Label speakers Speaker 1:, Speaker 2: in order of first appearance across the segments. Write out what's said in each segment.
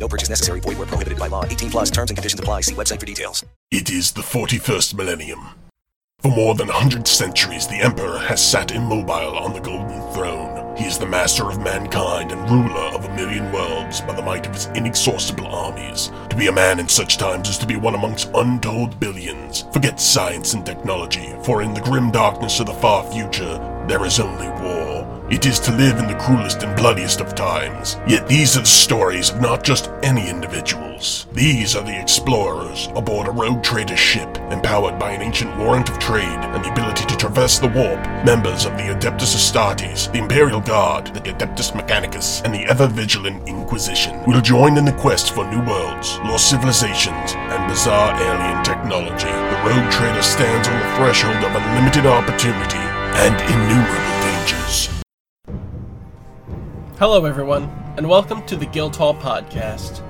Speaker 1: No purchase necessary. Void where prohibited by law. 18 plus terms and conditions apply. See website for details.
Speaker 2: It is the 41st millennium. For more than a 100 centuries, the Emperor has sat immobile on the Golden Throne. He is the master of mankind and ruler of a million worlds by the might of his inexhaustible armies. To be a man in such times is to be one amongst untold billions. Forget science and technology, for in the grim darkness of the far future, there is only war. It is to live in the cruelest and bloodiest of times. Yet these are the stories of not just any individuals. These are the explorers aboard a rogue trader ship, empowered by an ancient warrant of trade and the ability to traverse the warp, members of the Adeptus Astartes, the Imperial Guard, the Adeptus Mechanicus, and the ever vigilant Inquisition, will join in the quest for new worlds, lost civilizations, and bizarre alien technology. The rogue trader stands on the threshold of unlimited opportunity and innumerable dangers.
Speaker 3: Hello, everyone, and welcome to the Guildhall Podcast.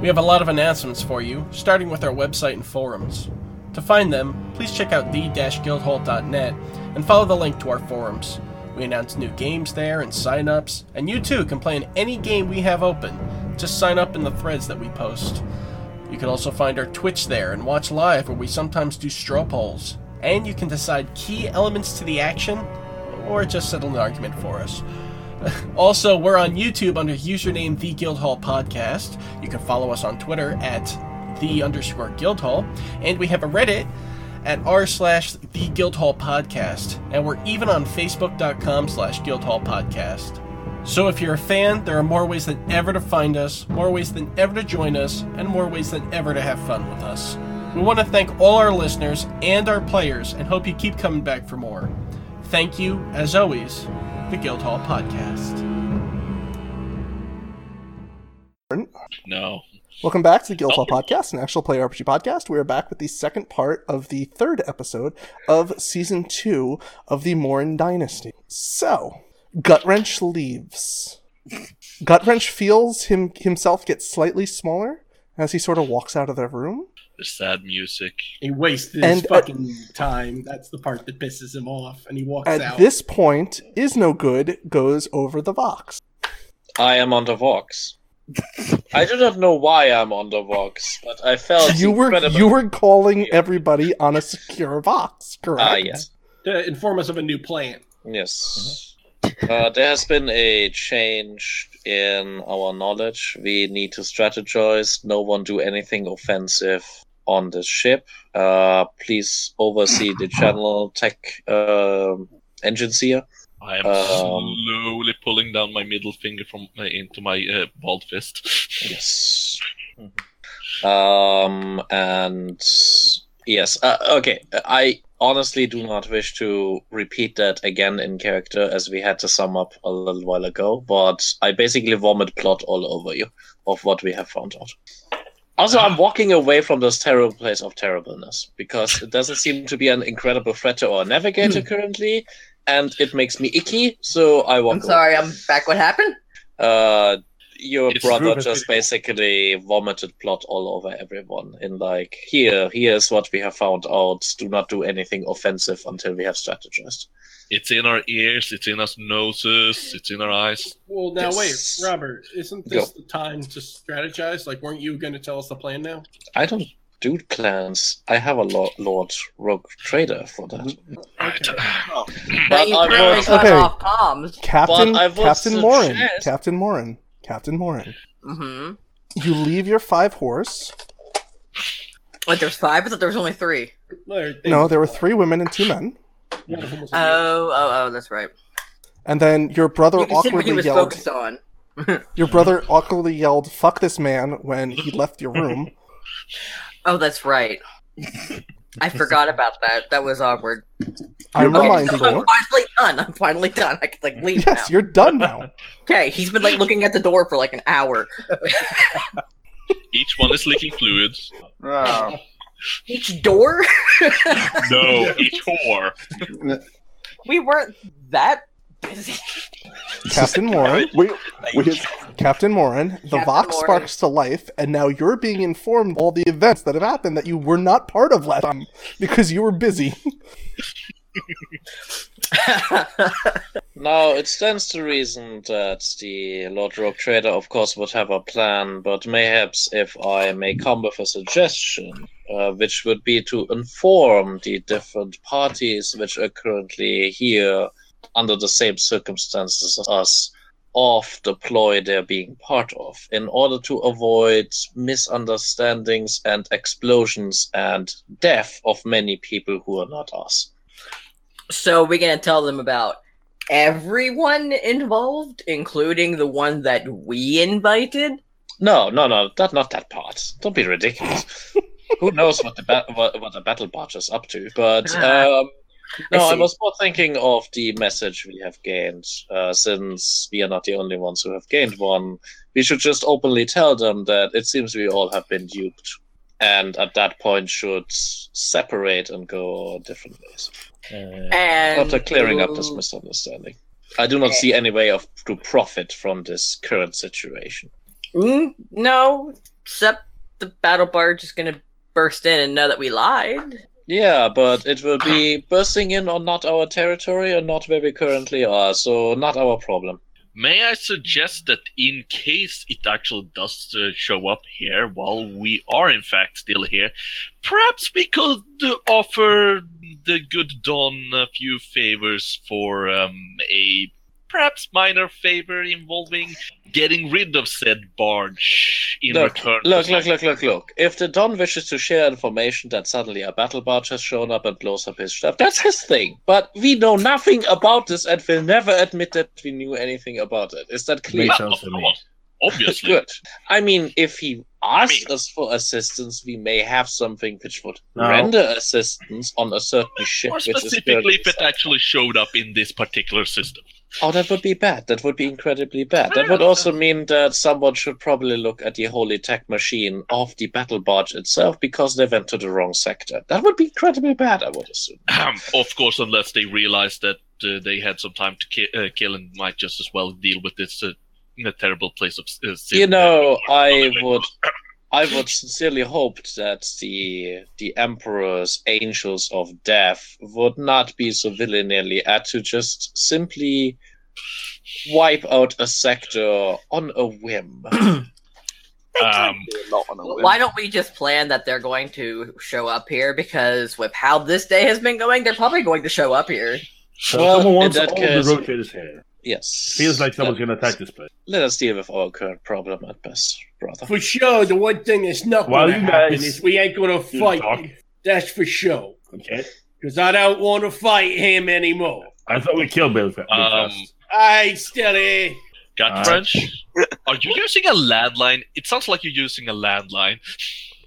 Speaker 3: We have a lot of announcements for you, starting with our website and forums. To find them, please check out the guildhall.net and follow the link to our forums. We announce new games there and sign ups, and you too can play in any game we have open. Just sign up in the threads that we post. You can also find our Twitch there and watch live where we sometimes do straw polls. And you can decide key elements to the action or just settle an argument for us. Also, we're on YouTube under username The Guildhall Podcast. You can follow us on Twitter at The underscore Guildhall. And we have a Reddit at r slash The Guildhall Podcast. And we're even on Facebook.com slash Guildhall Podcast. So if you're a fan, there are more ways than ever to find us, more ways than ever to join us, and more ways than ever to have fun with us. We want to thank all our listeners and our players and hope you keep coming back for more. Thank you, as always, the Guildhall Podcast.
Speaker 4: No.
Speaker 5: Welcome back to the Guildhall Podcast, an actual play RPG podcast. We are back with the second part of the third episode of season two of the Morin Dynasty. So, Gutwrench leaves. Gutwrench feels him himself get slightly smaller as he sort of walks out of the room.
Speaker 4: The sad music.
Speaker 3: He wasted
Speaker 5: And uh,
Speaker 3: his
Speaker 5: at-
Speaker 3: fucking time. That's the part that pisses him off, and he walks
Speaker 5: At
Speaker 3: out.
Speaker 5: this point, is no good goes over the Vox.
Speaker 6: I am on the Vox. I do not know why I'm on the Vox, but I felt
Speaker 5: You were
Speaker 6: incredible-
Speaker 5: you were calling everybody on a secure Vox, correct?
Speaker 6: Ah, yes,
Speaker 3: to inform us of a new plan.
Speaker 6: yes. Uh, there has been a change in our knowledge. We need to strategize. No one do anything offensive on the ship. Uh, please oversee the channel tech um engine seer.
Speaker 4: I am
Speaker 6: Um,
Speaker 4: slowly pulling down my middle finger from uh, into my uh, bald fist.
Speaker 6: Yes. Mm-hmm. Um, and yes, uh, okay. I honestly do not wish to repeat that again in character as we had to sum up a little while ago, but I basically vomit plot all over you of what we have found out. Also, I'm walking away from this terrible place of terribleness because it doesn't seem to be an incredible threat to our navigator currently, and it makes me icky, so I walk
Speaker 7: I'm
Speaker 6: away.
Speaker 7: sorry, I'm back. What happened?
Speaker 6: Uh, your
Speaker 4: It's
Speaker 6: brother
Speaker 4: Ruben's
Speaker 6: just basically vomited plot all over everyone in like here here's what we have found out do not do anything offensive until we have strategized
Speaker 4: It's in our ears, it's in our noses, it's in our eyes.
Speaker 3: Well, now
Speaker 6: Yes.
Speaker 3: wait, Robert, isn't this the time to strategize? Like, weren't you going to tell us the plan now?
Speaker 6: i don't do plans i have a lo- lord rogue trader for that
Speaker 3: Okay.
Speaker 7: Now
Speaker 6: But
Speaker 7: you
Speaker 6: I
Speaker 7: clearly
Speaker 6: was-
Speaker 7: cut
Speaker 5: Okay.
Speaker 7: off comms.
Speaker 5: Captain
Speaker 6: But I would
Speaker 5: Captain Morin.
Speaker 6: suggest-
Speaker 5: Captain Morin. Captain Morin.
Speaker 7: Mm-hmm.
Speaker 5: You leave your five horse.
Speaker 7: Wait, there's five? I thought there was only three.
Speaker 3: There- they-
Speaker 5: No, there were three women and two men.
Speaker 3: one of them was a man.
Speaker 7: Oh, oh, oh, that's right.
Speaker 5: And then your brother
Speaker 7: You can see what he
Speaker 5: awkwardly
Speaker 7: was
Speaker 5: yelled.
Speaker 7: focused on.
Speaker 5: Your brother awkwardly yelled, "Fuck this man!" when he left your room.
Speaker 7: Oh, that's right. I forgot about that. That was awkward.
Speaker 5: I'm
Speaker 7: Okay,
Speaker 5: reminding
Speaker 7: so I'm
Speaker 5: you.
Speaker 7: finally done. I'm finally done. I can like leave
Speaker 5: Yes,
Speaker 7: now.
Speaker 5: you're done now.
Speaker 7: Okay, he's been like looking at the door for like an hour.
Speaker 4: Each one is leaking fluids.
Speaker 8: Oh.
Speaker 7: Each door?
Speaker 4: No, each whore.
Speaker 7: we weren't that busy.
Speaker 5: Captain Warren. We, we Captain Warren, the
Speaker 7: Captain
Speaker 5: Vox
Speaker 7: Warren.
Speaker 5: sparks to life, and now you're being informed of all the events that have happened that you were not part of last time because you were busy.
Speaker 6: Now, it stands to reason that the Lord Rogue Trader, of course, would have a plan, but mayhaps if I may come with a suggestion, uh, which would be to inform the different parties which are currently here under the same circumstances as us of the ploy they're being part of, in order to avoid misunderstandings and explosions and death of many people who are not us.
Speaker 7: so we're gonna tell them about everyone involved, including the one that we invited.
Speaker 6: No, no, no, that not that part. Don't be ridiculous. Who knows what the ba- what, what the battle bot is up to? But
Speaker 7: Ah,
Speaker 6: um, no,
Speaker 7: I
Speaker 6: I,
Speaker 7: see.
Speaker 6: was more thinking of the message we have gained. Uh, since we are not the only ones who have gained one, we should just openly tell them that it seems we all have been duped, and at that point should separate and go different ways
Speaker 7: Uh, And
Speaker 6: after clearing up this
Speaker 7: to-
Speaker 6: misunderstanding. I do not see any way of to profit from this current situation.
Speaker 7: Mm, no, except the battle barge is gonna burst in and know that we lied.
Speaker 6: Yeah, but it will be bursting in on not our territory and not where we currently are, so not our problem.
Speaker 4: May I suggest that in case it actually does uh, show up here, while we are in fact still here, perhaps we could uh, offer the good Don a few favors for um, a perhaps minor favor involving getting rid of said barge in
Speaker 6: Look,
Speaker 4: return.
Speaker 6: Look,
Speaker 4: for
Speaker 6: look, look, look, look. If the Don wishes to share information that suddenly a battle barge has shown up and blows up his stuff, that's his thing. But we know nothing about this and will never admit that we knew anything about it. Is that clear?
Speaker 9: Makes sense to me.
Speaker 4: Obviously,
Speaker 6: Good. I mean, if he asks
Speaker 4: Me.
Speaker 6: us for assistance, we may have something which would
Speaker 9: No.
Speaker 6: render assistance on a certain ship.
Speaker 4: more
Speaker 6: which is
Speaker 4: specifically, if it
Speaker 6: currently-
Speaker 4: actually showed up in this particular system.
Speaker 6: Oh, that would be bad. That would be incredibly bad. That would also mean that someone should probably look at the holy tech machine of the battle barge itself because they went to the wrong sector. That would be incredibly bad, I would assume.
Speaker 4: of course, unless they realize that uh, they had some time to ki- uh, kill and might just as well deal with this uh, in a terrible place of uh, sin.
Speaker 6: You know, I would, I would sincerely hope that the the emperor's angels of death would not be so villainly as to just simply wipe out a sector on a whim.
Speaker 4: Um,
Speaker 7: Why don't we just plan that they're going to show up here? Because with how this day has been going, they're probably going to show up here.
Speaker 9: So
Speaker 6: Well,
Speaker 9: someone wants
Speaker 6: in that
Speaker 9: all
Speaker 6: case-
Speaker 9: the road traders here.
Speaker 6: Yes,
Speaker 9: Feels like someone's
Speaker 6: That-
Speaker 9: going to attack this place.
Speaker 6: Let us deal with our current problem at best, brother.
Speaker 3: For sure, the one thing that's not
Speaker 9: Well,
Speaker 3: going to
Speaker 9: you
Speaker 3: happen
Speaker 9: guys-
Speaker 3: is we ain't going to
Speaker 9: You
Speaker 3: fight.
Speaker 9: talk.
Speaker 3: him. That's for sure.
Speaker 9: Okay.
Speaker 3: Because I don't want to fight him anymore.
Speaker 9: I thought we killed Bill.
Speaker 6: uh,
Speaker 9: Fa- Bill
Speaker 4: Um,
Speaker 9: Fast.
Speaker 3: I still here.
Speaker 4: got
Speaker 9: Uh,
Speaker 4: French? Are you using a landline? It sounds like you're using a landline.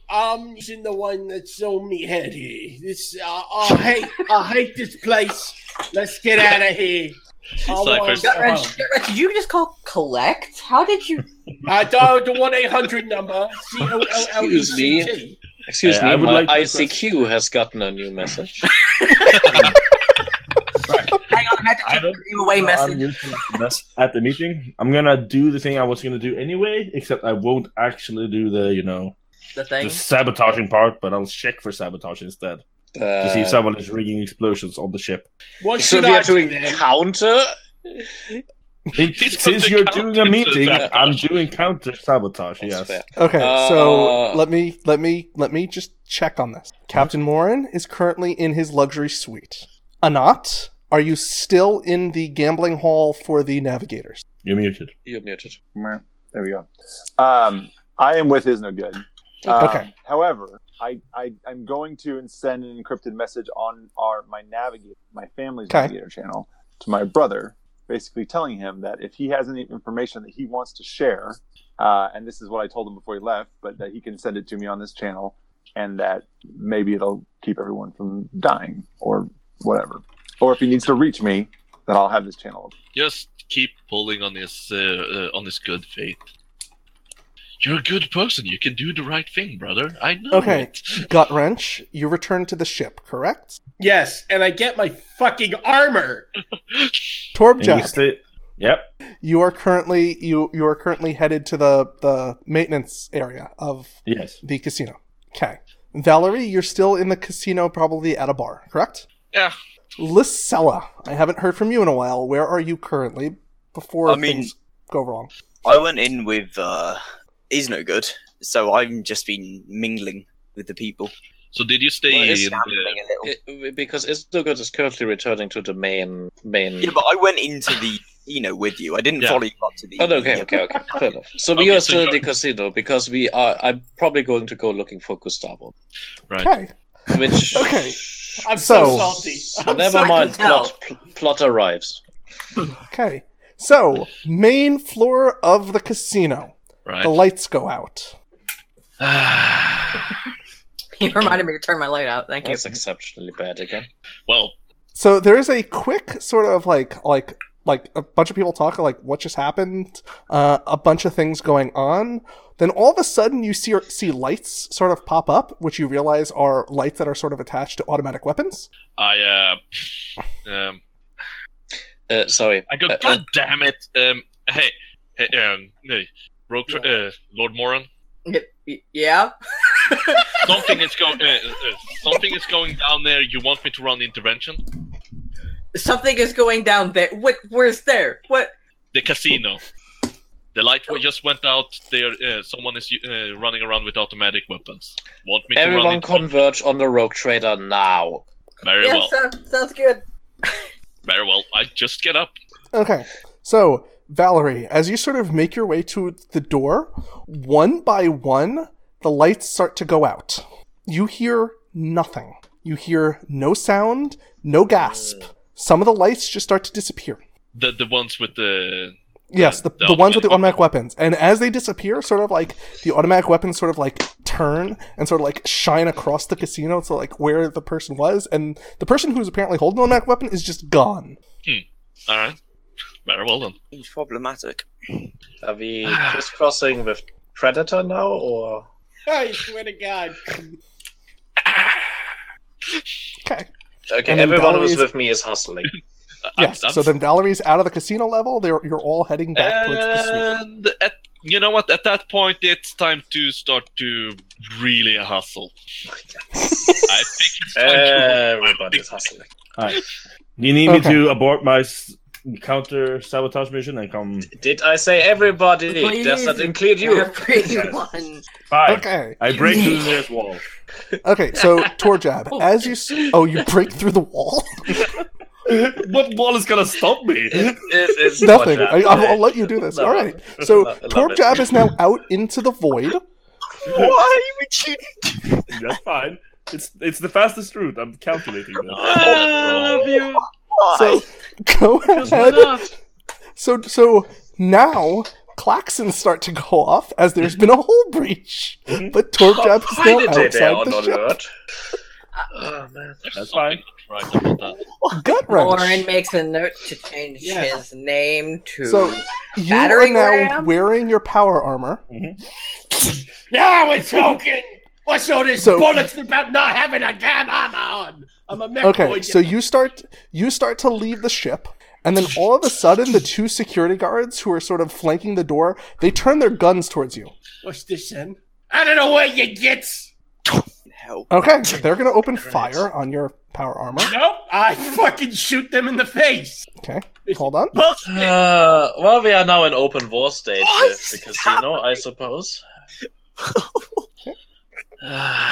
Speaker 3: I'm using the one that's on me head here. This I I hate. I hate this place. Let's get out of here. I want
Speaker 4: Cypher's-
Speaker 3: to go
Speaker 7: Gutrich,
Speaker 3: home.
Speaker 7: Gutrich, did you just call collect? How did you?
Speaker 3: I dialed the one eight hundred number. C O L L E
Speaker 6: Excuse
Speaker 3: C
Speaker 6: me.
Speaker 3: T.
Speaker 6: Excuse
Speaker 9: Uh,
Speaker 6: me,
Speaker 9: I would
Speaker 6: my
Speaker 9: like to
Speaker 6: ICQ has gotten a new message.
Speaker 7: Hang on, I have to
Speaker 9: I
Speaker 7: take
Speaker 9: don't-
Speaker 7: the dream away
Speaker 9: I'm
Speaker 7: message.
Speaker 9: used to the mess at the meeting. I'm gonna do the thing I was gonna do anyway, except I won't actually do the you know
Speaker 7: The thing.
Speaker 9: the sabotaging part, but I'll check for sabotage instead to see if
Speaker 6: Uh,
Speaker 9: someone is rigging explosions on the ship.
Speaker 3: What
Speaker 6: so
Speaker 3: should
Speaker 6: we
Speaker 3: I
Speaker 6: are
Speaker 3: do
Speaker 6: doing
Speaker 3: then?
Speaker 6: counter.
Speaker 9: It-
Speaker 4: He's put
Speaker 9: since
Speaker 4: the
Speaker 9: you're
Speaker 4: counter
Speaker 9: doing a
Speaker 4: to
Speaker 9: meeting,
Speaker 6: sabotage.
Speaker 9: I'm doing counter sabotage.
Speaker 6: That's
Speaker 9: yes.
Speaker 6: fair.
Speaker 5: Okay, so
Speaker 6: Uh,
Speaker 5: let me let me let me just check on this. Captain Warren is currently in his luxury suite. Anat, are you still in the gambling hall for the navigators?
Speaker 9: You're muted.
Speaker 6: You're muted.
Speaker 10: Meh. There we go. Um, I am with is no good. Um,
Speaker 5: Okay.
Speaker 10: However, I, I I'm going to send an encrypted message on our my navigator my family's
Speaker 5: Okay.
Speaker 10: navigator channel to my brother, basically telling him that if he has any information that he wants to share, uh, and this is what I told him before he left, but that he can send it to me on this channel, and that maybe it'll keep everyone from dying or whatever. Or if he needs to reach me, then I'll have this channel.
Speaker 4: Just keep pulling on his uh, uh, on his good faith. You're a good person. You can do the right thing, brother. I know.
Speaker 5: Okay,
Speaker 4: it.
Speaker 5: gut wrench. You return to the ship, correct?
Speaker 3: Yes, and I get my fucking armor.
Speaker 9: And you
Speaker 5: Torbjak,
Speaker 9: stay- Yep.
Speaker 5: you are currently you you are currently headed to the the maintenance area of
Speaker 9: Yes.
Speaker 5: the casino. Okay, Valerie, you're still in the casino, probably at a bar, correct?
Speaker 4: Yeah.
Speaker 5: Lysella, I haven't heard from you in a while. Where are you currently? Before
Speaker 11: I mean-
Speaker 5: things go wrong.
Speaker 11: I went in with uh, is no good, so I've just been mingling with the people.
Speaker 4: So did you stay
Speaker 11: Well, it's
Speaker 4: in? The...
Speaker 6: It- because it's no good. It's currently returning to the main main.
Speaker 11: Yeah, but I went into the casino with you. I didn't follow you up to the.
Speaker 6: Oh, no, okay, okay, okay. Fair enough. So we
Speaker 11: Okay,
Speaker 6: are
Speaker 11: so
Speaker 6: still in
Speaker 11: you're-
Speaker 6: the casino because we are. I'm probably going to go looking for Gustavo.
Speaker 4: Right.
Speaker 5: Okay.
Speaker 6: Which
Speaker 5: Okay.
Speaker 3: I'm
Speaker 5: So-
Speaker 6: so
Speaker 3: salty. I'm
Speaker 6: never
Speaker 3: sorry.
Speaker 6: mind.
Speaker 3: No.
Speaker 6: Plot, pl- plot arrives.
Speaker 5: Okay. So, main floor of the casino.
Speaker 4: Right.
Speaker 5: The lights go out.
Speaker 7: You reminded me to turn my light out. Thank you.
Speaker 6: That's exceptionally bad again.
Speaker 4: Well,
Speaker 5: So there is a quick sort of like like like a bunch of people talking like what just happened, uh, a bunch of things going on. Then all of a sudden you see see lights sort of pop up, which you realize are lights that are sort of attached to automatic weapons.
Speaker 4: I uh, um,
Speaker 6: Uh, sorry.
Speaker 4: I go.
Speaker 6: Uh,
Speaker 4: God damn it! Um, hey, hey, um, hey, Rogue, Tra- uh, Lord Moran.
Speaker 7: Y- Yeah.
Speaker 4: Something is going. Uh, uh, something is going down there. You want me to run intervention?
Speaker 7: Something is going down there. What? Where's there? What?
Speaker 4: The casino. The light wa- just went out. There, uh, someone is uh, running around with automatic weapons. Want me to run?
Speaker 6: Everyone
Speaker 4: It?
Speaker 6: converge on the rogue trader now.
Speaker 4: Very well.
Speaker 7: sounds, sounds good.
Speaker 4: Very well. I just get up.
Speaker 5: Okay. So, Valerie, as you sort of make your way to the door, one by one, the lights start to go out. You hear nothing. You hear no sound, no gasp. Some of the lights just start to disappear.
Speaker 4: The the ones with the
Speaker 5: Yes, the,
Speaker 4: the
Speaker 5: the ones with the automatic weapons. And as they disappear, sort of like the automatic weapons sort of like turn and sort of like shine across the casino to like where the person was. And the person who's apparently holding the automatic weapon is just gone.
Speaker 4: hmm, All right. Very well then.
Speaker 11: It's problematic.
Speaker 6: Are we crisscrossing with Predator now, or
Speaker 3: I swear to God.
Speaker 5: Okay.
Speaker 6: okay?
Speaker 5: And then
Speaker 6: Everyone who's
Speaker 5: Valerie's-
Speaker 6: with me is hustling. Uh,
Speaker 5: Yes. so then Valerie's out of the casino level. They're, you're all heading back
Speaker 6: Uh,
Speaker 5: towards the suite.
Speaker 4: And at, you know what? At that point, it's time to start to really hustle. I think it's time to.
Speaker 6: Everybody's hustling.
Speaker 9: All right. You need
Speaker 5: Okay.
Speaker 9: me to abort my s- counter sabotage mission and come
Speaker 6: Did I say everybody? Does that include you?
Speaker 7: Everyone.
Speaker 9: five.
Speaker 5: Okay.
Speaker 9: I break through the nearest wall.
Speaker 5: Okay. So Torjab, as you s- oh you break through the wall.
Speaker 9: what wall is gonna stop me?
Speaker 6: It's, it's
Speaker 5: Nothing.
Speaker 6: torture.
Speaker 5: I, I'll, I'll let you do this.
Speaker 6: Love
Speaker 5: all right. So
Speaker 6: Love it.
Speaker 5: Torjab is now out into the void.
Speaker 11: Why would you?
Speaker 9: That's fine. It's it's the fastest route. I'm calculating this.
Speaker 4: I love you.
Speaker 5: Oh, So go ahead. So so now klaxons start to go off as there's
Speaker 6: Mm-hmm.
Speaker 5: been a hole breach, but Torjab is
Speaker 6: Why
Speaker 5: now
Speaker 6: Mm-hmm. did they
Speaker 5: outside
Speaker 6: there on
Speaker 5: the
Speaker 6: on
Speaker 5: ship.
Speaker 6: Earth?
Speaker 9: Uh,
Speaker 6: Oh man.
Speaker 9: That's fine.
Speaker 4: Right about that.
Speaker 5: Gut
Speaker 7: Lauren
Speaker 5: wrench.
Speaker 7: makes a note to change
Speaker 3: Yeah.
Speaker 7: his name to.
Speaker 5: So you are
Speaker 7: Battering
Speaker 5: now
Speaker 7: ram?
Speaker 5: wearing your power armor.
Speaker 6: Mm-hmm.
Speaker 3: Now we're talking. What's all this
Speaker 5: So-
Speaker 3: bollocks about not having a damn armor on? I'm a mech
Speaker 5: okay
Speaker 6: Oh,
Speaker 3: boy,
Speaker 5: so you start you start to leave the ship and then all of a sudden the two security guards who are sort of flanking the door they turn their guns towards you
Speaker 3: What's this then? I don't know where you gets.
Speaker 7: Oh.
Speaker 11: Hell.
Speaker 5: okay they're gonna open fire on your power armor
Speaker 3: Nope. I fucking shoot them in the face.
Speaker 5: okay hold on
Speaker 6: Uh, well, we are now in open war stage with the casino, I suppose.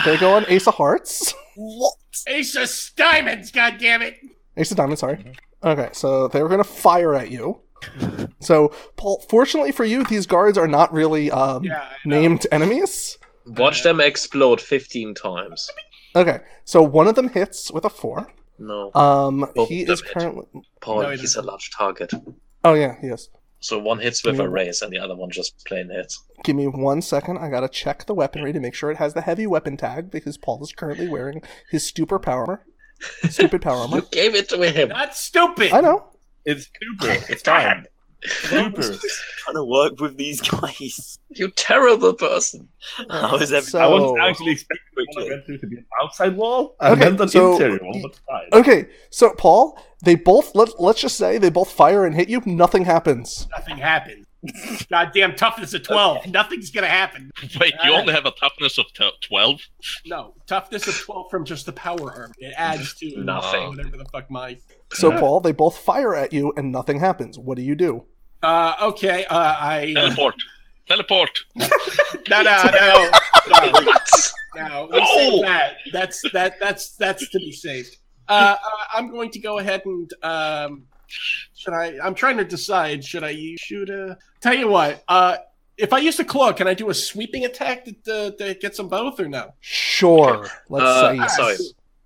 Speaker 5: they go on ace of hearts
Speaker 11: What?
Speaker 3: Ace of Diamonds, goddammit.
Speaker 5: ace of diamonds sorry
Speaker 9: Mm-hmm.
Speaker 5: okay so they're gonna fire at you so paul fortunately for you these guards are not really um,
Speaker 3: Yeah, I know.
Speaker 5: named enemies
Speaker 6: Watch them explode 15 times.
Speaker 5: okay so one of them hits with a four
Speaker 6: No, Oh,
Speaker 5: um
Speaker 6: Both
Speaker 5: he
Speaker 6: of them
Speaker 5: is
Speaker 6: hit.
Speaker 5: currently
Speaker 6: Paul,
Speaker 3: No, he
Speaker 6: he's a large target.
Speaker 5: oh yeah he is
Speaker 6: So one hits with
Speaker 5: Yeah.
Speaker 6: a raise, and the other one just plain hits.
Speaker 5: Give me one second. I gotta check the weaponry to make sure it has the heavy weapon tag because Paul is currently wearing his stupid power armor. Stupid power armor.
Speaker 6: You gave it to him.
Speaker 3: Not stupid.
Speaker 5: I know.
Speaker 9: It's stupid. It's fine. Super.
Speaker 11: trying to work with these guys.
Speaker 6: You terrible person.
Speaker 11: How is everything?
Speaker 9: I was actually expecting one I went through to be an outside wall. I
Speaker 5: Okay,
Speaker 9: meant an
Speaker 5: so-
Speaker 9: interior wall, but fine.
Speaker 5: Okay, so Paul, they both let let's just say they both fire and hit you. Nothing happens.
Speaker 3: Nothing happens. Goddamn toughness of 12. Nothing's going to happen. Uh,
Speaker 4: Wait, you only have a toughness of twelve.
Speaker 12: No, toughness of 12 from just the power arm. It adds to
Speaker 4: Nothing.
Speaker 12: Whatever the fuck my.
Speaker 5: So Paul, they both fire at you and nothing happens. What do you do?
Speaker 12: Uh, okay, uh, I.
Speaker 4: Teleport. Teleport.
Speaker 12: No, no, no. No, no we save that. That's that. That's that's to be saved. Uh, uh, I'm going to go ahead and um, should I? I'm trying to decide. Should I use- shoot a? Tell you what. Uh, if I use the claw, can I do a sweeping attack that uh, that gets them both or no?
Speaker 5: Sure. Let's
Speaker 6: Uh,
Speaker 5: say
Speaker 6: I'm
Speaker 5: yes.
Speaker 6: sorry.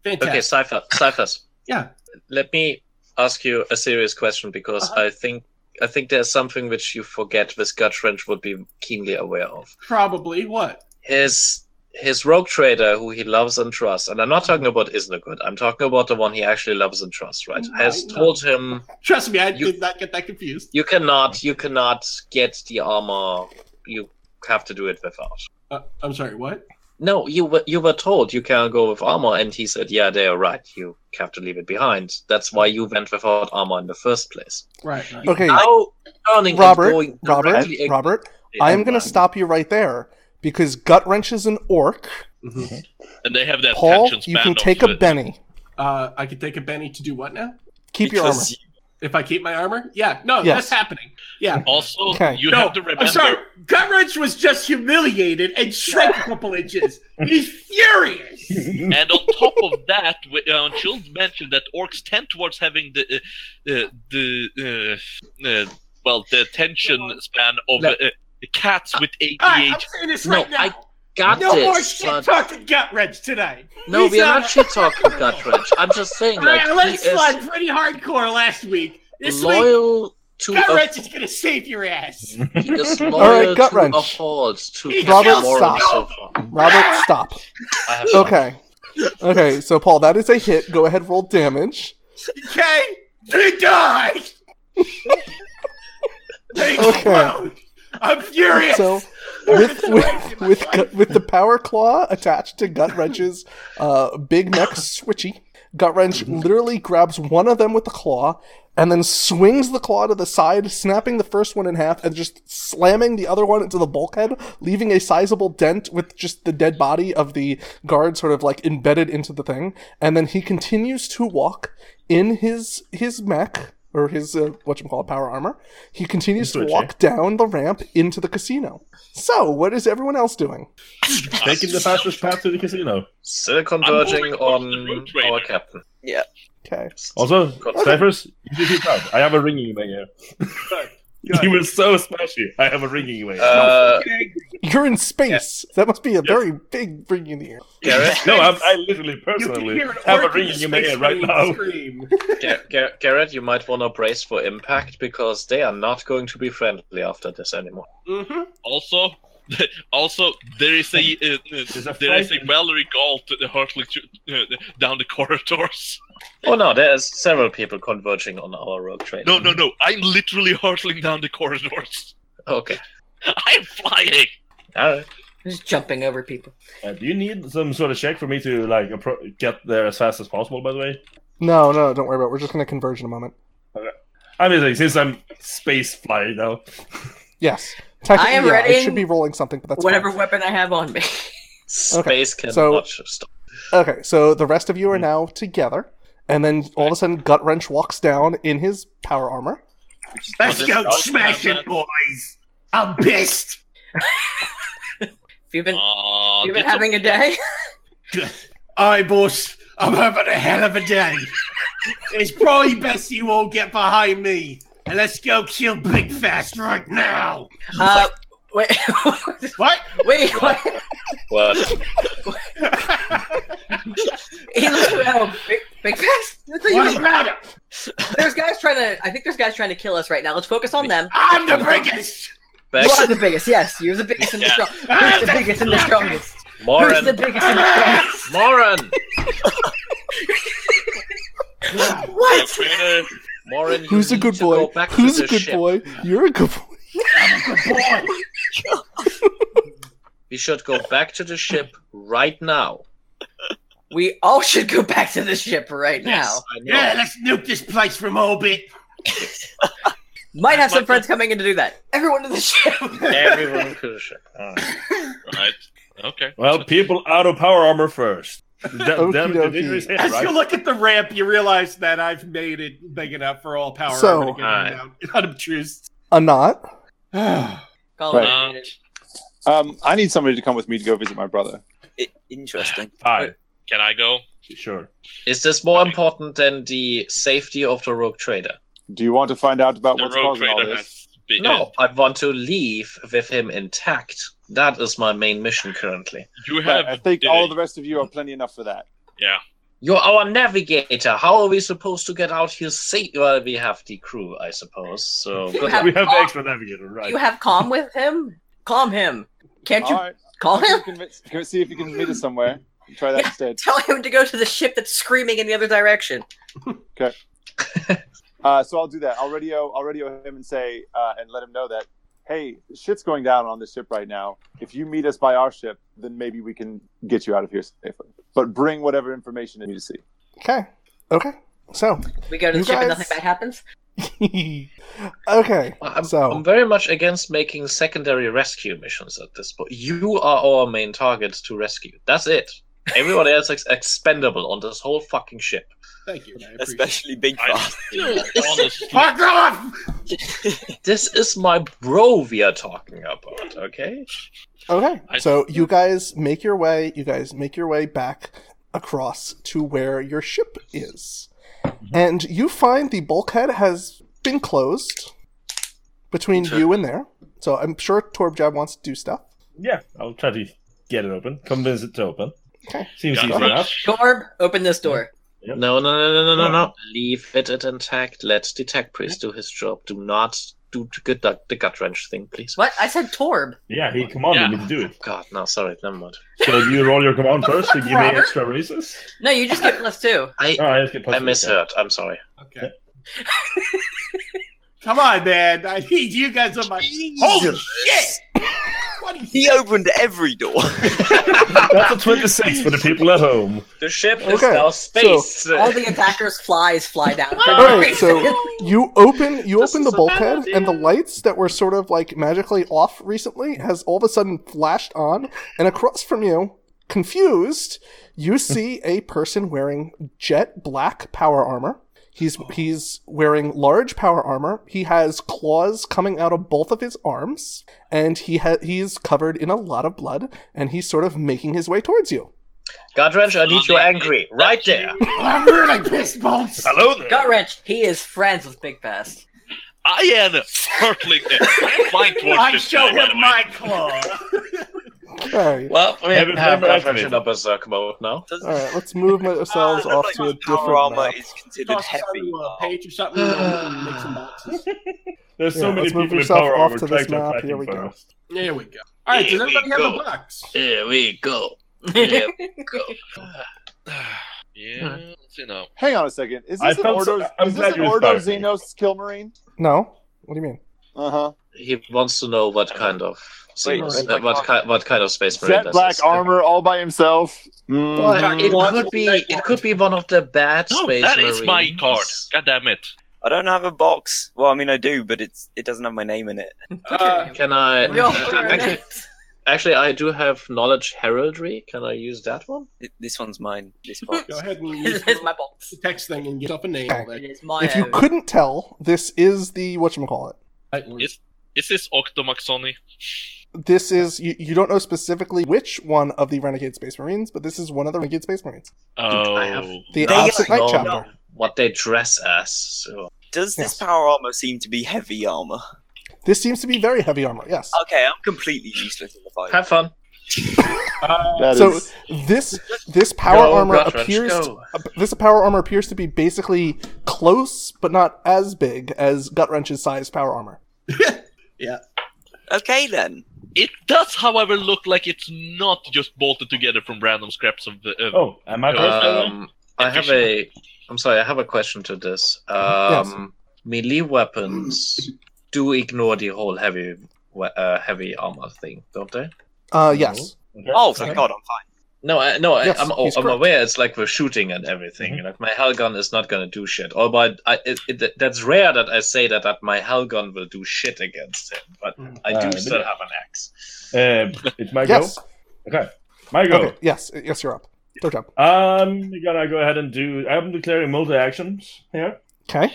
Speaker 12: Fantastic.
Speaker 6: Okay, Cypher, Cyphers.
Speaker 12: Yeah.
Speaker 6: Let me ask you a serious question because I think I think there's something which you forget this gut wrench would be keenly aware of.
Speaker 12: Probably. What?
Speaker 6: his his rogue trader who he loves and trusts, and I'm not talking about Isnagood, I'm talking about the one he actually loves and trusts, right? Has told him
Speaker 12: Trust me, I did not get that confused.
Speaker 6: you cannot you cannot get the armor you have to do it without.
Speaker 12: Uh, I'm sorry. What?
Speaker 6: No, you were you were told you cannot go with armor and he said, Yeah, they are right, you have to leave it behind. That's why you went without armor in the first place.
Speaker 12: Right.
Speaker 5: Okay.
Speaker 6: Now turning and
Speaker 5: Robert,
Speaker 6: going
Speaker 5: Robert,
Speaker 6: directly ag-
Speaker 5: Robert, I am going to stop you right there because gut wrench is an orc.
Speaker 4: And they have that
Speaker 5: Paul,
Speaker 4: attention
Speaker 5: you
Speaker 4: span.
Speaker 5: can
Speaker 4: of,
Speaker 5: take a
Speaker 4: uh,
Speaker 5: Benny.
Speaker 12: Uh, I could take a Benny to do what now?
Speaker 5: Keep your armor.
Speaker 12: Because- If I keep my armor? Yeah. No,
Speaker 5: Yes.
Speaker 12: that's happening. Yeah.
Speaker 4: Also,
Speaker 5: Okay.
Speaker 4: you
Speaker 12: No,
Speaker 4: have to remember.
Speaker 12: I'm sorry. Gutwrench was just humiliated and shrank a couple inches. He's furious.
Speaker 4: and on top of that, we, uh, Childs mentioned that orcs tend towards having the uh, uh, the uh, uh, well the attention span of uh, uh, cats with ADHD.
Speaker 3: Alright, I'm saying this right
Speaker 6: No,
Speaker 3: now.
Speaker 6: I got
Speaker 3: no
Speaker 6: this,
Speaker 3: more shit
Speaker 6: but-
Speaker 3: talking gut wrench tonight.
Speaker 6: No,
Speaker 3: He's
Speaker 6: we are
Speaker 3: not-
Speaker 6: not shit talking gut wrench. I'm just saying like
Speaker 3: Alright, I let it
Speaker 6: he is-
Speaker 3: slide pretty hardcore last week. This
Speaker 6: loyal to
Speaker 3: week, gut
Speaker 6: a,
Speaker 3: wrench is going to save your ass.
Speaker 6: he is
Speaker 5: All
Speaker 6: loyal
Speaker 5: right, gut
Speaker 6: to
Speaker 5: wrench.
Speaker 6: a fault to
Speaker 3: He
Speaker 5: Robert,
Speaker 6: moral
Speaker 5: stop.
Speaker 6: so far.
Speaker 5: Robert, stop.
Speaker 6: I have
Speaker 5: Okay. Okay, so Paul, that is a hit. Go ahead, roll damage.
Speaker 3: Okay? They died! they
Speaker 5: Okay.
Speaker 3: explode! I'm furious!
Speaker 5: So, with with with, gut- with the power claw attached to gut wrench's uh, big neck switchy, gut wrench literally grabs one of them with the claw and then swings the claw to the side, snapping the first one in half and just slamming the other one into the bulkhead, leaving a sizable dent with just the dead body of the guard sort of like embedded into the thing. And then he continues to walk in his his mech or his uh, what you call power armor. He continues to
Speaker 9: Switch, eh?
Speaker 5: walk down the ramp into the casino. So, what is everyone else doing?
Speaker 9: Taking the fastest path to the casino.
Speaker 6: Still converging on our captain.
Speaker 11: Yeah.
Speaker 5: Okay.
Speaker 9: Also,
Speaker 6: Okay.
Speaker 9: Cyphers, you should keep up. I have a ringing in my ear. He was so smashy. I have a ringing in my ear.
Speaker 6: Uh,
Speaker 5: You're in space. That must be a very big ring in the air.
Speaker 6: Garrett,
Speaker 9: no, I'm, I literally, personally,
Speaker 12: hear an
Speaker 9: have a
Speaker 12: orc in
Speaker 9: ringing in my
Speaker 12: space
Speaker 9: ear right
Speaker 12: marine
Speaker 9: now.
Speaker 12: Scream.
Speaker 6: Gar- Gar- Garrett, you might want to brace for impact because they are not going to be friendly after this anymore.
Speaker 3: Mm-hmm.
Speaker 4: Also, also there is a, uh, uh, there is a Mallory Gall to the hurtling through, uh, down the corridors.
Speaker 6: Oh no, there's several people converging on our rogue train.
Speaker 4: No, no, no! I'm literally hurtling down the corridors.
Speaker 6: Okay.
Speaker 4: I'm flying.
Speaker 6: All right.
Speaker 7: Just jumping over people.
Speaker 9: Uh, do you need some sort of check for me to like appro- get there as fast as possible? By the way,
Speaker 5: No, no, don't worry about it. We're just going to converge in a moment.
Speaker 9: I mean, like, since I'm space flying now,
Speaker 5: Yes. Technically,
Speaker 7: I am
Speaker 5: yeah, I
Speaker 7: readying
Speaker 5: should be rolling something, but that's fine.
Speaker 7: Whatever weapon I have on me.
Speaker 6: Space
Speaker 5: Okay,
Speaker 6: can
Speaker 5: so-
Speaker 6: watch stop.
Speaker 5: Okay, so the rest of you
Speaker 9: Mm.
Speaker 5: are now together, and then all of a sudden, Gut Wrench walks down in his power armor.
Speaker 3: Let's
Speaker 7: Oh,
Speaker 3: go smash it, boys! I'm pissed!
Speaker 7: If you've been,
Speaker 4: Aw,
Speaker 7: you've been
Speaker 4: that's a-
Speaker 7: having a day.
Speaker 3: Aye, boss. I'm having a hell of a day. it's probably best you all get behind me. And let's go kill Big Fast right now.
Speaker 7: Uh, wait,
Speaker 3: What?
Speaker 7: wait, what?
Speaker 6: Well,
Speaker 7: He looks around. Big, big fast. That's what you
Speaker 3: What
Speaker 7: mean.
Speaker 3: about it?
Speaker 7: There's guys trying to. I think there's guys trying to kill us right now. Let's focus on them.
Speaker 3: I'm the biggest.
Speaker 7: You
Speaker 6: back,
Speaker 7: are the biggest. Yes, you're the biggest and the strongest. Who's the biggest and the strongest? Who's the
Speaker 6: Moran,
Speaker 7: biggest and the strongest?
Speaker 6: Moran,
Speaker 7: What?
Speaker 4: Trainer,
Speaker 6: Moran, Warren, you
Speaker 5: Who's a
Speaker 6: need
Speaker 5: good
Speaker 6: to go
Speaker 5: boy?
Speaker 6: back to
Speaker 5: Who's a
Speaker 6: the
Speaker 5: good
Speaker 6: ship.
Speaker 5: boy? You're a good boy.
Speaker 6: We should go back to the ship right now.
Speaker 7: We all should go back to the ship right
Speaker 3: Yes,
Speaker 7: now.
Speaker 3: Yeah, let's nuke this place from orbit.
Speaker 7: Might have some friends coming in to do that. Everyone to the ship.
Speaker 6: Everyone to the ship.
Speaker 4: Right. Okay.
Speaker 9: Well, people out of power armor first. Did that- them- did they just hit,
Speaker 3: As
Speaker 9: right?
Speaker 3: you look at the ramp, you realize that I've made it big enough for all power
Speaker 5: So-
Speaker 3: armor to get
Speaker 5: Alright.
Speaker 3: around. Unobtrused.
Speaker 5: A knot.
Speaker 7: Colin,
Speaker 10: Right. Um, I need somebody to come with me to go visit my brother.
Speaker 6: Interesting.
Speaker 9: Five.
Speaker 4: Can I go?
Speaker 9: Sure.
Speaker 6: Is this more important than the safety of the rogue trader?
Speaker 10: Do you want to find out about what's causing all this?
Speaker 6: No, I want to leave with him intact. That is my main mission currently.
Speaker 4: You
Speaker 10: have. I think all the rest of you are plenty enough for that.
Speaker 4: Yeah.
Speaker 6: You're our navigator. How are we supposed to get out here safe? Well, we have the crew, I suppose. So
Speaker 7: You have- We have the extra
Speaker 9: navigator, right?
Speaker 7: you have calm with him? Calm him. Can't you
Speaker 10: All right.
Speaker 7: call
Speaker 10: Can
Speaker 7: him?
Speaker 10: you convince- can we see if you can meet us somewhere. Try that instead.
Speaker 7: Tell him to go to the ship that's screaming in the other direction.
Speaker 10: Okay. uh, so I'll do that. I'll radio, I'll radio him and say, uh, and let him know that, hey, shit's going down on this ship right now. If you meet us by our ship, then maybe we can get you out of here safely. But bring whatever information you need to see.
Speaker 5: Okay. Okay. So
Speaker 7: We go to the
Speaker 5: You
Speaker 7: ship and
Speaker 5: guys-
Speaker 7: nothing bad happens.
Speaker 5: okay.
Speaker 6: I'm,
Speaker 5: So-
Speaker 6: I'm very much against making secondary rescue missions at this point. You are our main target to rescue. That's it. Everyone else is expendable on this whole fucking ship.
Speaker 3: Thank you. man.
Speaker 11: Especially Big Fast.
Speaker 3: Fuck off!
Speaker 6: this is my bro we are talking about, okay?
Speaker 5: Okay.
Speaker 6: I-
Speaker 5: so you guys make your way. You guys make your way back across to where your ship is, and you find the bulkhead has been closed between you and there. So I'm sure Torbjab wants to do stuff.
Speaker 9: Yeah, I'll try to get it open. Convince it to open.
Speaker 5: Okay.
Speaker 9: Seems easy enough.
Speaker 7: Torb, open this door.
Speaker 6: No, no, no, no, no, no, no. Leave it at intact. Let the tech priest do his job. Do not do the gut, the gut wrench thing, please.
Speaker 7: What? I said Torb.
Speaker 9: Yeah, he commanded me to do it.
Speaker 6: God, no, sorry, never mind.
Speaker 9: So you roll your command first to give me
Speaker 7: Robert?
Speaker 9: extra raises.
Speaker 7: No, you just get plus two.
Speaker 6: I,
Speaker 9: All right, let's get plus
Speaker 6: I
Speaker 9: two.
Speaker 6: misheard. I'm sorry.
Speaker 3: Okay. Come on, man. I need you guys on my. Holy shit!
Speaker 11: He opened every door.
Speaker 9: That's a 26 for the people at home.
Speaker 6: The ship
Speaker 5: is Okay, now space. so-
Speaker 7: All the attackers' flies fly down. for
Speaker 5: All
Speaker 7: no
Speaker 5: right,
Speaker 7: reason.
Speaker 5: so you open you open the bulkhead, and the lights that were sort of like magically off recently has all of a sudden flashed on, and across from you, confused, you see a person wearing jet black power armor. He's he's wearing large power armor. He has claws coming out of both of his arms, and he ha- he's covered in a lot of blood, and he's sort of making his way towards you.
Speaker 6: God wrench, I need you angry. Right there.
Speaker 3: I'm really pissed, Bolts.
Speaker 9: Hello there.
Speaker 7: Gut wrench. He is friends with Big Fast.
Speaker 4: I am hurtling it. I'm flying towards
Speaker 3: I
Speaker 4: this
Speaker 3: show
Speaker 4: guy, by the
Speaker 3: him
Speaker 4: way.
Speaker 3: my claw.
Speaker 5: Okay.
Speaker 6: Well, we
Speaker 9: Have it-
Speaker 6: have
Speaker 9: have it
Speaker 6: gut
Speaker 9: activated.
Speaker 6: wrench in a berserk mode now.
Speaker 5: All right, let's move ourselves off to a
Speaker 11: Power
Speaker 5: different
Speaker 11: armor
Speaker 5: map.
Speaker 11: is considered heavy.
Speaker 6: Oh.
Speaker 3: Page or something. make some boxes.
Speaker 9: There's so
Speaker 5: Yeah,
Speaker 9: many
Speaker 5: let's move
Speaker 9: people in
Speaker 5: yourself
Speaker 9: power
Speaker 5: off
Speaker 9: armor
Speaker 5: to this
Speaker 9: trying to
Speaker 5: map.
Speaker 9: attack
Speaker 5: Here
Speaker 9: him
Speaker 5: we go.
Speaker 9: first.
Speaker 3: There we go. All right, does
Speaker 6: Here we
Speaker 3: everybody have a
Speaker 6: go.
Speaker 3: box?
Speaker 6: Here we go. Here we go.
Speaker 4: Yeah, you know.
Speaker 10: Hang on a second. Is
Speaker 9: I
Speaker 10: this an
Speaker 9: felt so-
Speaker 10: Ordo,
Speaker 9: I'm
Speaker 10: is
Speaker 9: glad
Speaker 10: this an
Speaker 9: you
Speaker 10: Ordo
Speaker 9: inspired me.
Speaker 10: Xenos kill marine?
Speaker 5: No, what do you mean?
Speaker 10: Uh huh.
Speaker 6: He wants to know what kind of
Speaker 10: Wait,
Speaker 6: Xenos-
Speaker 10: wait,
Speaker 6: uh, what kind what kind of space marine
Speaker 10: Jet
Speaker 6: this
Speaker 10: black
Speaker 6: is.
Speaker 10: armor all by himself.
Speaker 6: Well,
Speaker 10: Mhm.
Speaker 6: it could be it could be one of the bad
Speaker 4: No,
Speaker 6: space
Speaker 4: that is my
Speaker 6: marines.
Speaker 4: card. God damn it.
Speaker 11: I don't have a box. Well, I mean, I do, but it's it doesn't have my name in it.
Speaker 3: Uh,
Speaker 6: Can I uh,
Speaker 7: Yo,
Speaker 6: actually, actually I do have knowledge heraldry. Can I use that one?
Speaker 11: Th- This one's mine. This box.
Speaker 3: go ahead and use
Speaker 7: This is my box.
Speaker 3: the text thing and get up a name.
Speaker 5: Okay.
Speaker 7: It is
Speaker 10: Oh,
Speaker 7: my
Speaker 5: If you
Speaker 7: own.
Speaker 5: couldn't tell, this is the whatchamacallit.
Speaker 4: Is, is this Octomaxoni?
Speaker 5: This is you, you don't know specifically which one of the Renegade Space Marines, but this is one of the Renegade Space Marines.
Speaker 4: Oh.
Speaker 6: I have
Speaker 5: The
Speaker 6: not
Speaker 5: Absent Knight
Speaker 6: known
Speaker 5: chapter.
Speaker 6: What they dress as. So.
Speaker 11: Does this
Speaker 5: Yes.
Speaker 11: power armor seem to be heavy armor?
Speaker 5: This seems to be very heavy armor, yes.
Speaker 11: Okay, I'm completely useless in the fight.
Speaker 6: Have fun. Uh,
Speaker 10: That
Speaker 5: so
Speaker 10: is-
Speaker 5: this this power
Speaker 6: Go,
Speaker 5: armor
Speaker 6: Guthridge,
Speaker 5: appears
Speaker 6: go.
Speaker 5: uh, this power armor appears to be basically close but not as big as Gutwrench's size power armor.
Speaker 11: Okay then.
Speaker 4: It does, however, look like it's not just bolted together from random scraps of the. Uh,
Speaker 9: Oh, am I first?
Speaker 6: Um, I have a. I'm sorry. I have a question to this. Um, melee weapons do ignore the whole heavy we- uh, heavy armor thing, don't they?
Speaker 5: Uh, yes.
Speaker 11: Oh, thank God, I'm fine.
Speaker 6: No, I, no, I
Speaker 11: Yes,
Speaker 6: I'm, oh,
Speaker 11: he's
Speaker 6: I'm
Speaker 11: correct.
Speaker 6: aware it's like we're shooting and everything. Like my Helgon is not gonna do shit. Oh, but I, it, it, that's rare that I say that, that my Helgon will do shit against him. But I do
Speaker 9: Uh,
Speaker 6: still have an axe.
Speaker 9: Um, it's my
Speaker 6: Yes.
Speaker 9: go. Okay, my go.
Speaker 5: Okay, yes, yes, you're up. Third job.
Speaker 9: I'm gonna Um, go ahead and do. I'm declaring multi actions here.
Speaker 5: Okay.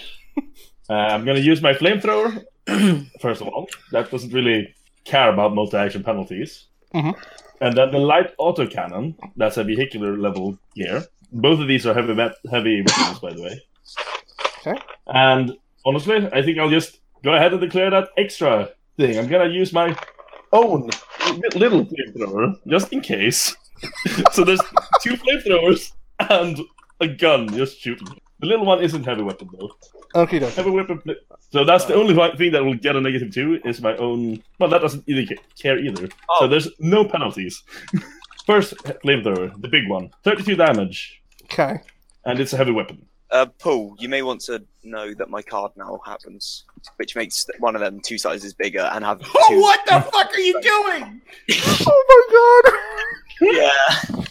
Speaker 9: Uh, I'm gonna use my flamethrower first of all. That doesn't really care about multi action penalties.
Speaker 3: Mm-hmm.
Speaker 5: Mhm.
Speaker 9: And then the light autocannon. That's a vehicular level gear. Both of these are heavy met- heavy weapons, by the way.
Speaker 5: Okay.
Speaker 9: And honestly, I think I'll just go ahead and declare that extra thing. I'm gonna use my own li- little flamethrower just in case. so there's two flamethrowers and a gun just shooting. The little one isn't heavy weapon though.
Speaker 5: Okay, dokie.
Speaker 9: Heavy weapon. pla- So that's the only one thing that will get a negative two is my own. Well, that doesn't either ca- care either. So there's no penalties. First flamethrower, the big one, thirty-two damage,
Speaker 5: Okay.
Speaker 9: and it's a heavy weapon.
Speaker 11: Uh, Paul, you may want to know that my card now happens, which makes th- one of them two sizes bigger and have. Oh,
Speaker 3: what the fuck are you doing?
Speaker 5: oh my god!
Speaker 11: Yeah.